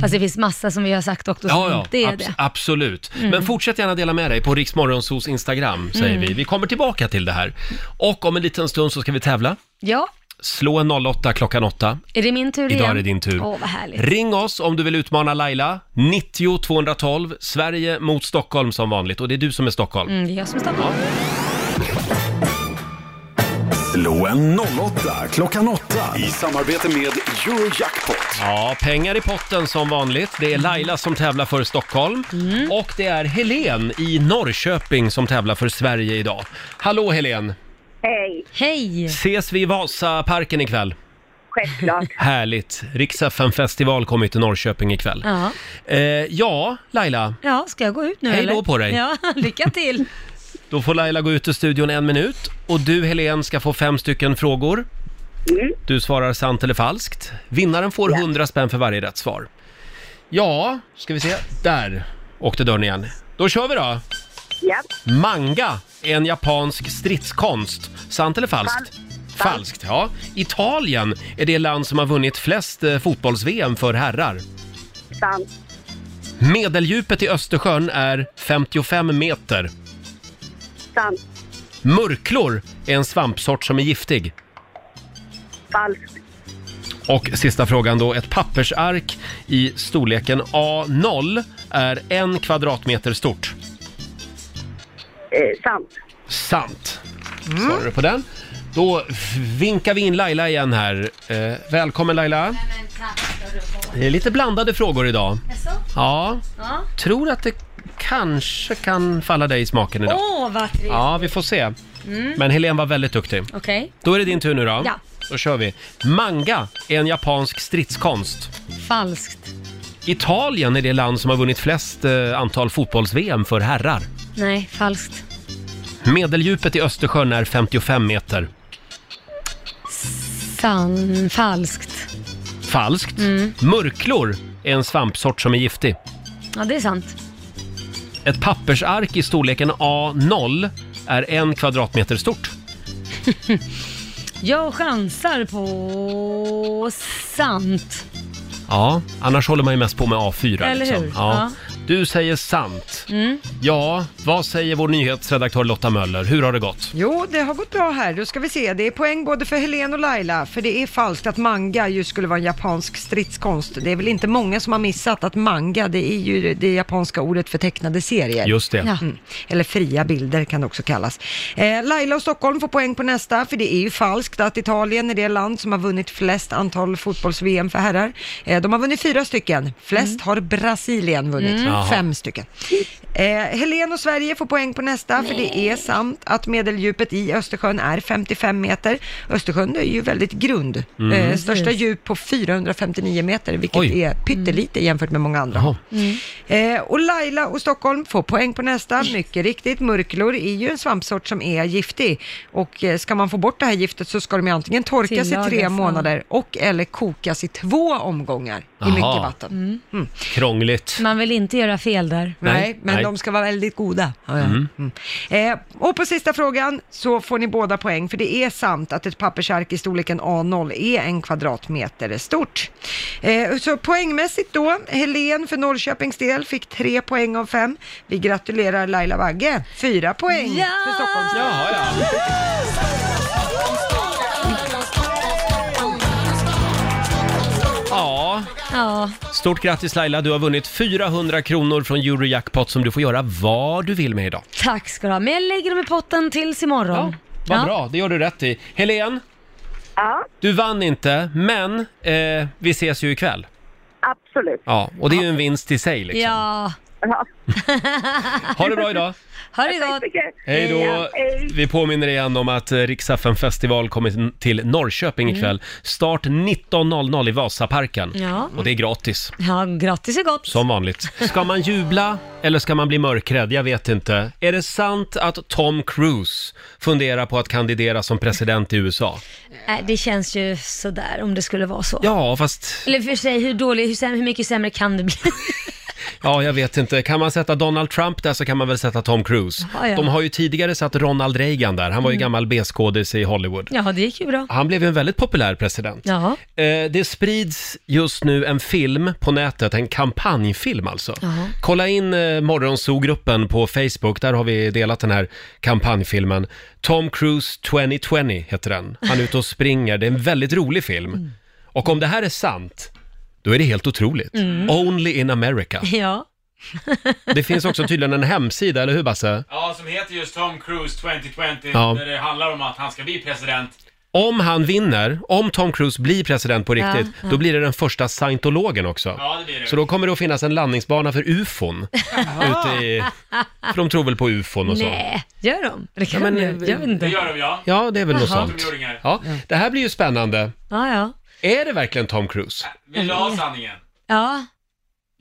Fast det finns massa som vi har sagt också som inte är
Mm. abs-
det.
absolut.
Mm.
Men fortsätt gärna dela med dig på Riksmorgonsos Instagram, säger
Mm.
vi. Vi kommer tillbaka till det här. Och om en liten stund så ska vi tävla.
Ja,
Slå en 08 klockan 8.
är det min tur igen?
Idag är det din tur.
Åh, vad härligt.
Ring oss om du vill utmana Laila. 90 212, Sverige mot Stockholm som vanligt. Och det är du som är Stockholm.
Mm, det är jag som är Stockholm.
Slå en 08 klockan 8 i samarbete med Eurojackpot.
Ja, pengar i potten som vanligt.
Mm.
Det är Laila som tävlar för Stockholm och det är Helen i Norrköping som tävlar för Sverige idag. Hallå Helen!
Hej!
Hej!
Ses vi i Vasaparken ikväll?
Självklart.
Härligt! Rix festival kommer ju till Norrköping ikväll.
Ja.
Eh, ja, Laila,
ja, ska jag gå ut nu
Hej då
eller?
på dig.
Ja, lycka till.
då får Laila gå ut ur studion en minut och du Helen ska få fem stycken frågor. Du svarar sant eller falskt. Vinnaren får 100 spänn för varje rätt svar. Ja, ska vi se. Där åkte dörren igen. Då kör vi då!
Ja.
Manga är en japansk stridskonst. Sant eller falskt? Falskt, ja. Italien är det land som har vunnit flest eh, fotbolls-VM för herrar.
Sant.
Medeldjupet i Östersjön är 55 meter.
Sant.
Murklor är en svampsort som är giftig.
Falskt.
Och sista frågan då. Ett pappersark i storleken A0 är en kvadratmeter stort.
Eh, sant.
Sant. Svarar du på den? Då vinkar vi in Laila igen här. Eh, välkommen Laila. Det är lite blandade frågor idag.
Jaså?
Ja,
Ja.
tror att det kanske kan falla dig i smaken idag.
Åh, vad trevligt.
Ja, vi får se.
Mm.
Men Helene var väldigt duktig.
Okej.
Då är det din tur nu då.
Ja.
Då kör vi. Manga är en japansk stridskonst.
Falskt.
Italien är det land som har vunnit flest eh, antal fotbolls-VM för herrar.
Nej, falskt.
Medeldjupet i Östersjön är 55 meter.
San... Falskt.
Falskt.
Mm.
Murklor är en svampsort som är giftig.
Ja, det är sant.
Ett pappersark i storleken A0 är en kvadratmeter stort.
Jag chansar på sant.
Ja, annars håller man ju mest på med A4.
Eller
liksom.
hur?
Ja.
Ja.
Du säger sant.
Mm.
Ja, vad säger vår nyhetsredaktör Lotta Möller? Hur har det gått?
Jo, det har gått bra här. Då ska vi se. Det är poäng både för Helen och Laila, för det är falskt att manga ju skulle vara en japansk stridskonst. Det är väl inte många som har missat att manga, det är ju det japanska ordet för tecknade serier.
Just det. Ja.
Mm. Eller fria bilder kan det också kallas. Eh, Laila och Stockholm får poäng på nästa, för det är ju falskt att Italien är det land som har vunnit flest antal fotbolls-VM för herrar. Eh, de har vunnit fyra stycken. Flest har Brasilien vunnit,
Mm. Jaha.
fem stycken. Eh, Helen och Sverige får poäng på nästa, för det är sant att medeldjupet i Östersjön är 55 meter. Östersjön är ju väldigt grund.
Mm.
Eh, största
Precis.
djup på 459 meter, vilket
Oj. Mm.
är pyttelite jämfört med många andra. Eh, och Laila och Stockholm får poäng på nästa. Mycket riktigt, murklor är ju en svampsort som är giftig. Och eh, ska man få bort det här giftet så ska de ju antingen torkas i
Tillagas,
tre
ja.
månader och eller kokas i två omgångar i mycket
Jaha.
vatten.
Mm.
Krångligt.
Man vill inte göra fel där.
Nej, men de ska vara väldigt goda.
Mm.
Eh, och på sista frågan så får ni båda poäng, för det är sant att ett pappersark i storleken A0 är en kvadratmeter stort. Eh, så poängmässigt då, Helen för Norrköpings del fick tre poäng av fem. Vi gratulerar Laila Bagge, fyra poäng för Stockholms del.
Ja,
Ja.
stort grattis Laila. Du har vunnit 400 kronor från Eurojackpot som du får göra vad du vill med idag.
Tack ska du ha. Men jag lägger dem i potten tills imorgon.
Vad bra, det gör du rätt i. Helen,
Ja,
Du vann inte, men eh, vi ses ju ikväll.
absolut.
Ja, och det är ju en vinst i sig liksom.
Ja.
Ha det bra idag.
Ha det gott.
Hej då! Vi påminner igen om att eh, Riksaffen festival kommer till Norrköping
Mm.
ikväll. Start 19.00 i Vasaparken.
Ja.
Och det är gratis,
Ja, grattis är gott.
som vanligt. Ska man jubla eller ska man bli mörkrädd? Jag vet inte. Är det sant att Tom Cruise funderar på att kandidera som president i USA?
Äh, det känns ju sådär om det skulle vara så.
Ja, fast
Eller för sig, hur dålig, hur, sämre, hur mycket sämre kan det bli?
Ja, jag vet inte. Kan man sätta Donald Trump där så kan man väl sätta Tom Cruise.
Jaha, ja.
De har ju tidigare satt Ronald Reagan där. Han var ju
Mm.
gammal B-skådis i Hollywood.
Ja, det gick ju bra.
Han blev ju en väldigt populär president.
Ja.
Eh, Det sprids just nu en film på nätet, en kampanjfilm alltså.
Jaha.
Kolla in eh, Morgonzoo-gruppen på Facebook, där har vi delat den här kampanjfilmen. Tom Cruise 2020 heter den. Han är ute och springer, det är en väldigt rolig film.
Mm.
Och om det här är sant, då är det helt otroligt.
Mm.
Only in America.
Ja.
Det finns också tydligen en hemsida, eller hur Basse?
Ja, som heter just Tom Cruise 2020,
Ja.
där det handlar om att han ska bli president.
Om han vinner, om Tom Cruise blir president på
Ja,
riktigt,
ja.
då blir det den första scientologen också.
Ja, det blir det.
Så då kommer det att finnas en landningsbana för ufon. ute i, för de tror väl på ufon och så.
Nej, gör de? Det kan
Ja, men, eh,
de ju. Jag vet inte.
Det gör de ja.
Ja, det är väl något
Jaha.
sånt. Ja, det här blir ju spännande.
Ja, ja.
Är det verkligen Tom Cruise?
Vi
Mm.
la sanningen.
ja.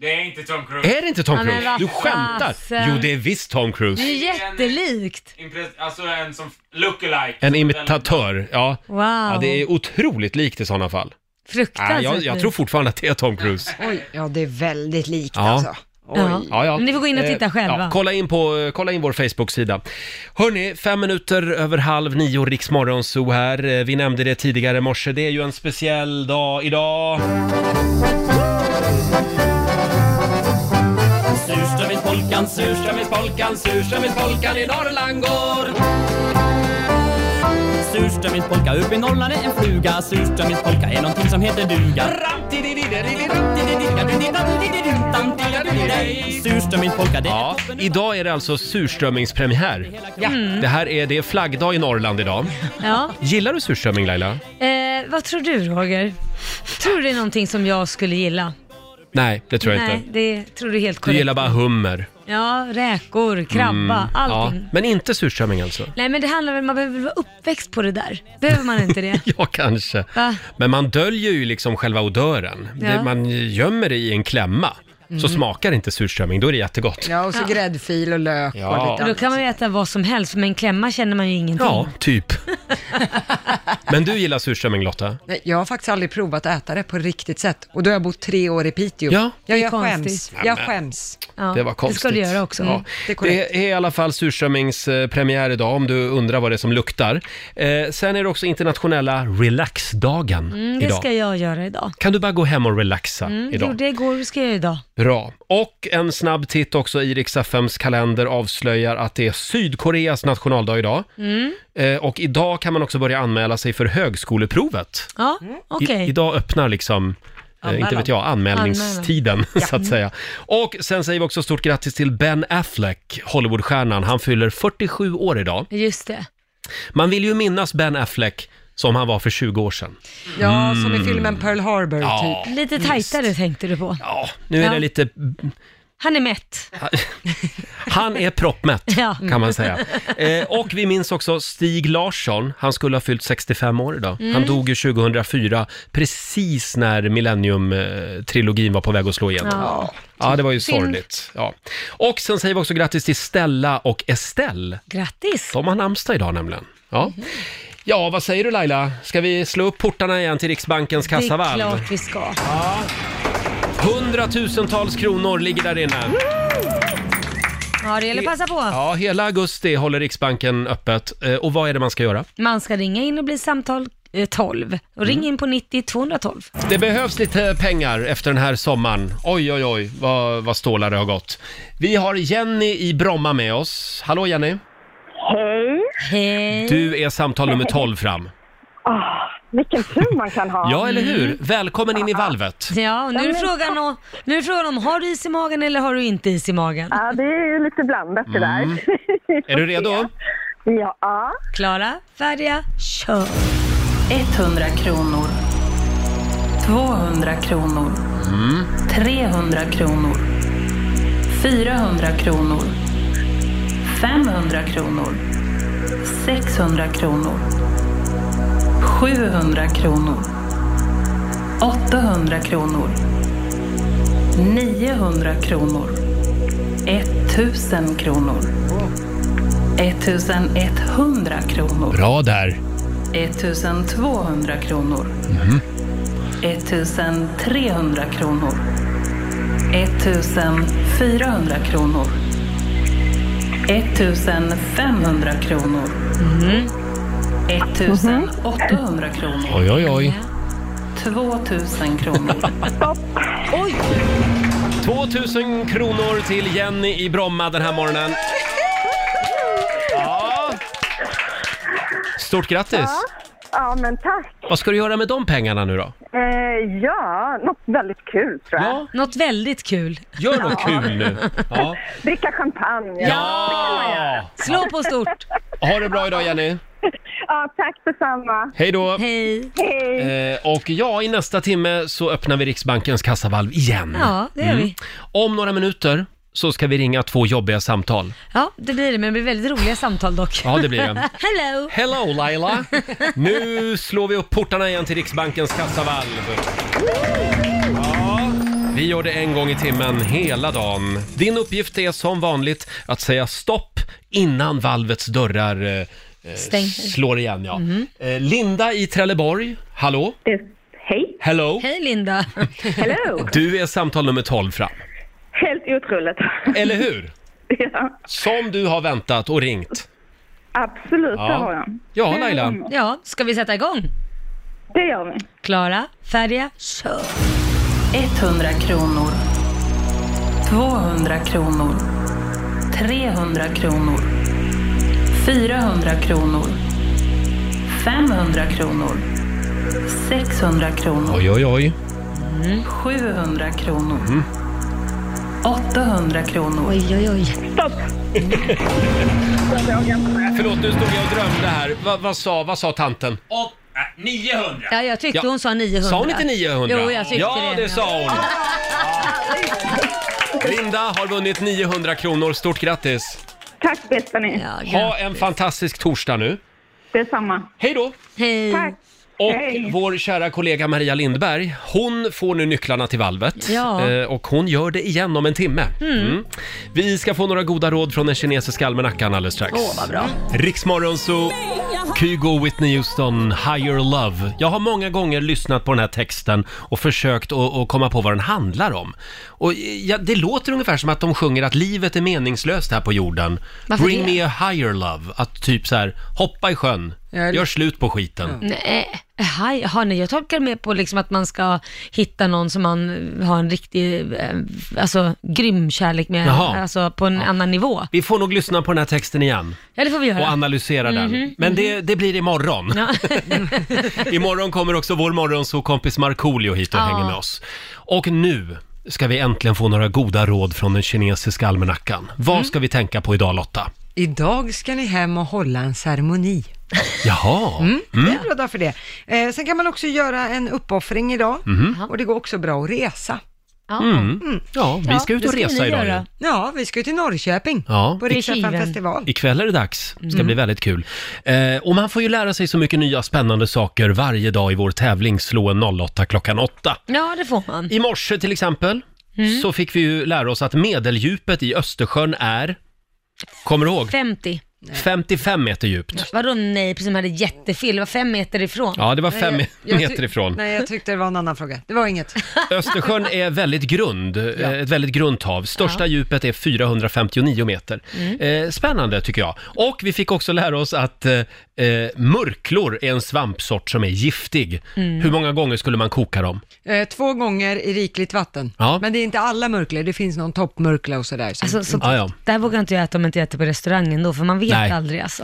Det är inte Tom Cruise.
Är det inte Tom
Ja, men
Cruise?
vad
Du skämtar!
fasen.
Jo, det är visst Tom
Det
Cruise.
är jättelikt.
Impres- alltså en som lookalike.
En imitatör, ja.
Wow.
ja. Det är otroligt likt i sådana fall.
Fruktansvärt
Nej, jag, jag
likt.
tror fortfarande att det är Tom Cruise.
Oj, ja det är väldigt likt
Ja.
alltså. Oj.
Ja, ja.
Men ni får gå in och titta
Eh,
själva.
Ja, kolla, in på, eh, kolla in vår Facebook-sida. Hörni, fem minuter över halv nio, Riksmorgon Zoo här. Eh, Vi nämnde det tidigare i morse, det är ju en speciell dag idag.
Surströmmingspolkan, surströmmingspolkan, surströmmingspolkan i Norrland går. Surströmmingspolka upp i Norrland är en fluga. Surströmmingspolka är någonting som heter duga. Surströmmingspolka, det är
Ja, idag är det alltså surströmmingspremiär.
Ja. Mm.
Det här är, det är flaggdag i Norrland idag.
Ja.
Gillar du surströmming Laila?
Eh, vad tror du Roger? Tror du det är någonting som jag skulle gilla?
Nej, det tror jag
Nej,
inte.
det tror du är helt
Du
korrekt.
gillar bara hummer.
Ja, räkor, krabba,
Mm,
allting.
ja. Men inte surströmming alltså?
Nej men det handlar väl, man behöver väl vara uppväxt på det där? Behöver man inte det?
Ja, kanske.
Va?
Men man döljer ju liksom själva odören.
Ja.
Det, man gömmer det i en klämma. Så
Mm.
smakar inte surströmming, då är det jättegott.
Ja, och så
Ja.
gräddfil och lök
Ja.
och
Och
lite
då
annat.
kan man ju äta vad som helst, men en klämma känner man ju ingenting.
Ja, typ. Men du gillar surströmming Lotta?
Nej, jag har faktiskt aldrig provat att äta det på riktigt sätt. Och då har jag bott tre år i Piteå.
Ja.
ja jag
Det är
skäms.
konstigt.
Jag
Nej, men-
skäms.
det var konstigt.
Det ska du göra också.
Ja.
Mm.
Det, är i alla fall surströmmingspremiär idag om du undrar vad det är som luktar. Eh, sen är det också internationella relaxdagen
Mm, det
idag.
ska jag göra idag.
Kan du bara gå hem och relaxa
Mm,
idag?
Gjorde jag igår, det ska jag göra idag.
Bra. Och en snabb titt också i Rix FMs kalender avslöjar att det är Sydkoreas nationaldag idag.
Mm.
Eh, och idag kan man också börja anmäla sig för högskoleprovet.
Ja,
Mm.
okej.
I, idag öppnar liksom eh, inte
Anmälan.
vet jag, anmälningstiden så att säga. Och sen säger vi också stort grattis till Ben Affleck, Hollywoodstjärnan. Han fyller 47 år idag.
Just det.
Man vill ju minnas Ben Affleck som han var för 20 år sedan.
Ja, som i
Mm.
filmen Pearl Harbor
Ja.
typ.
Lite tajtare tänkte du på.
Ja. Nu är det lite...
Han är mätt.
Han är proppmätt,
Ja.
kan man säga. Eh, och vi minns också Stig Larsson. Han skulle ha fyllt 65 år idag.
Mm.
Han dog ju 2004, precis när Millennium-trilogin var på väg att slå igenom.
Ja.
Ja, det var ju
Synd.
sorgligt. Ja. Och sen säger vi också grattis till Stella och Estelle.
Grattis! Mhm.
De har namnsdag idag nämligen. Ja. ja, vad säger du Laila? Ska vi slå upp portarna igen till Riksbankens kassavalv?
Det är klart vi ska.
Hundratusentals kronor ligger där inne.
Ja, det gäller att passa på.
Ja, hela augusti håller Riksbanken öppet. Eh, Och vad är det man ska göra?
Man ska ringa in och bli samtal eh, 12. Och
Mm.
ring in på 90 212.
Det behövs lite pengar efter den här sommaren. Oj, oj, oj, vad, vad stålar det har gått. Vi har Jenny i Bromma med oss. Hallå Jenny!
Hej!
Hej!
Du är samtal nummer 12 fram.
Ah, vilken tur man kan ha.
Ja, eller
Mm.
hur? Välkommen in i valvet.
Ja, och nu är, frågan om, nu är frågan om, har du is i magen eller har du inte is i magen?
Ja, det är ju lite blandat det där.
Mm. Är du redo?
Ja.
Klara, färdiga, kör!
100 kronor. 200 kronor. 300 kronor. 400 kronor. 500 kronor. 600 kronor. 700 kronor. 800 kronor. 900 kronor. 1000 kronor. 1100 kronor.
Bra där.
1200 kronor.
Mhm.
1300 kronor. 1400 kronor. 1500 kronor. 1800 kronor.
Oj, oj, oj.
2000 kronor.
Oj!
2000 kronor till Jenny i Bromma den här morgonen. Ja. Stort grattis!
Ja, ja men tack.
Vad ska du göra med de pengarna nu då?
Eh, ja, något väldigt kul tror jag.
Ja.
Något väldigt kul.
Gör något kul nu! Ja.
Dricka champagne.
ja!
Slå på stort.
Ha det bra idag Jenny!
Ja, tack detsamma.
Hej då!
Hej.
Hej.
Eh, och ja, i nästa timme så öppnar vi Riksbankens kassavalv igen. Mm.
Ja, det gör vi.
Om några minuter så ska vi ringa två jobbiga samtal.
Ja, det blir det, men det blir väldigt roliga samtal dock.
Ja, det blir det.
Hello!
Hello Laila! Nu slår vi upp portarna igen till Riksbankens kassavalv. Ja, vi gör det en gång i timmen hela dagen. Din uppgift är som vanligt att säga stopp innan valvets dörrar eh, eh,
Stäng.
slår igen. Ja. Eh, Linda i Trelleborg, hallå?
Hej.
Hello!
Hej Linda!
Hello!
Du är samtal nummer 12 fram.
Helt otroligt.
Eller hur?
ja,
Som du har väntat och ringt.
absolut,
Ja.
det har jag.
Ja, Laila.
Ja, ska vi sätta igång?
Det gör vi.
Klara, färdiga, kör!
100 kronor. 200 kronor. 300 kronor. 400 kronor. 500 kronor. 600 kronor.
Oj, oj, oj.
700 kronor.
Mm.
800 kronor. Oj,
oj, oj.
Stopp!
Förlåt, nu stod jag och drömde här. Va, vad, sa, vad sa tanten?
Och, äh, 900!
Ja, jag tyckte
Ja.
hon sa 900.
Sa hon inte 900?
Jo, jag tyckte
ja,
det.
det sa hon. Linda har vunnit 900 kronor. Stort grattis!
Tack bästa ni.
Ha en fantastisk torsdag nu.
Detsamma.
Hej då!
Hej.
Tack.
Och
Hej.
vår kära kollega Maria Lindberg, hon får nu nycklarna till valvet.
Ja.
Eh, Och hon gör det igen om en timme.
Mm.
嗯
Vi ska få några goda råd från den kinesiska almanackan alldeles strax.
Åh, vad bra.
Riksmorgon så Kygo Whitney Houston, Higher Love. Jag har många gånger lyssnat på den här texten och försökt att, att komma på vad den handlar om. Och ja, det låter ungefär som att de sjunger att livet är meningslöst här på jorden.
Varför
Bring
det?
me a higher love. Att typ så här, hoppa i sjön,
Ja, det- Mm.
gör slut på skiten.
Nej, haj, har ni, jag tolkar med på liksom att man ska hitta någon som man har en riktig, eh, alltså grym kärlek med,
Jaha.
alltså på en annan nivå.
Vi får nog lyssna på den här texten igen
Ja, det får vi göra.
och analysera den.
Mhm,
Men
mhm.
det, det blir imorgon.
Ja.
imorgon kommer också vår morgonsåkompis Markoolio hit och
Ja.
hänger med oss. Och nu ska vi äntligen få några goda råd från den kinesiska almanackan. Vad
Mm.
ska vi tänka på idag Lotta?
Idag ska ni hem och hålla en ceremoni.
Jaha.
Mm,
Mm.
Det är bra dag för det. Eh, sen kan man också göra en uppoffring idag
Mhm.
och det går också bra att resa.
Mm. Ja, vi ska ut och resa idag ju.
Ja, vi ska ju till Norrköping
Ja.
på Riksdagen-festival.
Ikväll är det dags. Det ska
Mm.
bli väldigt kul. Eh, och man får ju lära sig så mycket nya spännande saker varje dag i vår tävling Slå en 08 klockan 8.
Ja, det får man. Mm.
I morse till exempel så fick vi ju lära oss att medeldjupet i Östersjön är, kommer du ihåg?
50.
55 meter djupt.
Vadå nej, precis som hade jättefel, det var fem meter ifrån.
Ja, det var fem
Nej, jag- jag ty-
meter ifrån.
Nej, jag tyckte det var en annan fråga. Det var inget.
Östersjön är väldigt grund, eh, ett väldigt grunt hav. Största
Ja.
djupet är 459 meter.
Mm.
Eh, spännande tycker jag. Och vi fick också lära oss att eh, eh, murklor är en svampsort som är giftig.
Mm.
Hur många gånger skulle man koka dem?
Eh, två gånger i rikligt vatten.
Ja.
Men det är inte alla murklor, det finns någon toppmurkla och sådär. som
Alltså, så,
inte-
Där vågar inte jag äta om inte jag äter på restaurangen då, för man vet vet
Ah, Nej.
aldrig alltså.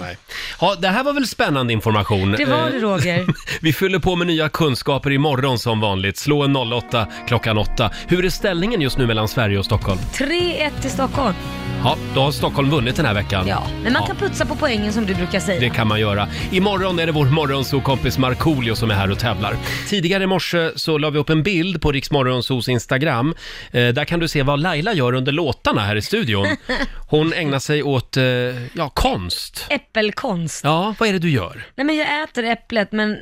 Ja, det här var väl spännande information.
Det var det
Eh,
Roger.
Vi fyller på med nya kunskaper imorgon som vanligt. Slå en 08 klockan 8. Hur är ställningen just nu mellan Sverige och Stockholm?
3-1 till Stockholm.
Ja, då har Stockholm vunnit den här veckan.
Ja, men man
Ja,
kan putsa på poängen som du brukar säga.
Det kan man göra. Imorgon är det vår morgonsokompis Markoolio som är här och tävlar. Tidigare i morse så la vi upp en bild på Riksmorgonsos Instagram. Eh, där kan du se vad Laila gör under låtarna här i studion. Hon ägnar sig åt, eh, ja, konst.
Äppelkonst.
Ja, vad är det du gör?
Nej men jag äter äpplet men...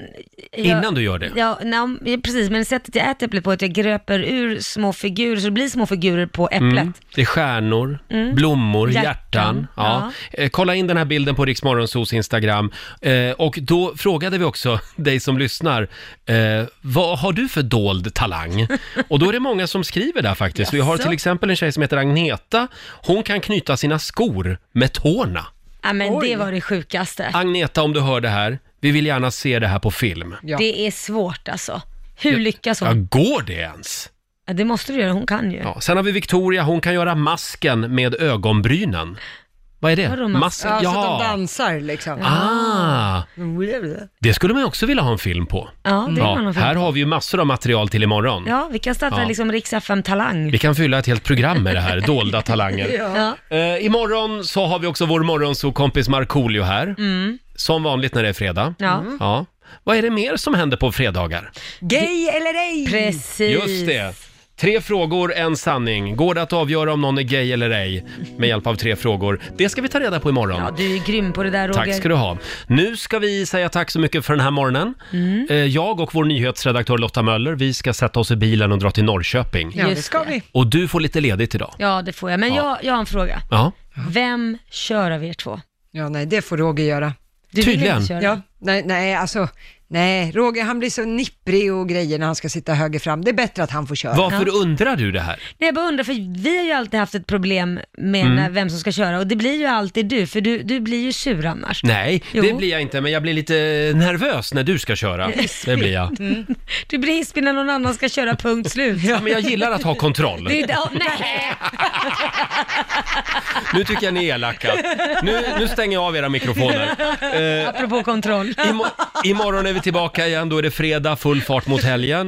Jag,
Innan du gör det?
Ja, nej, precis. Men sättet jag äter äpplet på är att jag gröper ur små figurer, så det blir små figurer på äpplet.
Mm. Det är stjärnor,
Mm.
blommor, hjärtan.
Hjärtan.
Ja. Eh, kolla in den här bilden på Riksmorgonsos Instagram. Eh, och då frågade vi också dig som lyssnar, eh, vad har du för dold talang? och då är det många som skriver där faktiskt. Vi har
Jaså?
till exempel en tjej som heter Agneta. Hon kan knyta sina skor med tårna.
Ja men det var det sjukaste.
Agneta, om du hör det här, vi vill gärna se det här på film.
Det är svårt alltså. Hur lyckas
Ja,
hon?
går det ens?
Ja, det måste du göra, hon kan ju.
Ja, sen har vi Victoria, hon kan göra masken med ögonbrynen. Vad är det?
Vadå
Masken?
Ja, så
Jaha.
att de dansar liksom.
Ah.
Mm.
Det skulle man ju också vilja ha en film på.
Ja, det vill man ha en film
Här
på.
har vi ju massor av material till imorgon.
Ja, vi kan starta
Ja.
liksom Rix FM Talang.
Vi kan fylla ett helt program med det här, dolda talanger.
Ja.
Eh, imorgon så har vi också vår morgonsokompis Markoolio här.
Mm.
Som vanligt när det är fredag.
Ja.
ja. Vad är det mer som händer på fredagar?
Gay eller ej?
Precis.
Just det. Tre frågor, en sanning. Går det att avgöra om någon är gay eller ej med hjälp av tre frågor? Det ska vi ta reda på imorgon.
Ja, du är grym på det där Roger.
Tack ska du ha. Nu ska vi säga tack så mycket för den här morgonen.
Mm.
Eh, Jag och vår nyhetsredaktör Lotta Möller, vi ska sätta oss i bilen och dra till Norrköping.
Ja, det ska vi.
Och du får lite ledigt idag.
Ja, det får jag. Men
Ja.
jag, jag har en fråga.
Ja.
Vem kör av er två?
Ja, nej, det får Roger göra.
Du vill Tydligen. inte köra.
Ja, nej, nej, alltså, nej, Roger han blir så nipprig och grejer när han ska sitta höger fram. Det är bättre att han får köra.
Varför undrar du det här?
Nej, jag bara undrar, för vi har ju alltid haft ett problem med
Mm.
när- vem som ska köra och det blir ju alltid du, för du, du blir ju sur annars.
Nej,
Jo.
det blir jag inte, men jag blir lite nervös när du ska köra. Det blir jag.
Mm. Du blir hispig när någon annan ska köra, punkt slut.
Ja, men jag gillar att ha kontroll.
Det är inte- ja, nej.
Nu tycker jag ni är elaka. Nu, nu stänger jag av era mikrofoner. Eh,
Apropå kontroll.
Imorgon är vi tillbaka igen, då är det fredag, full fart mot helgen.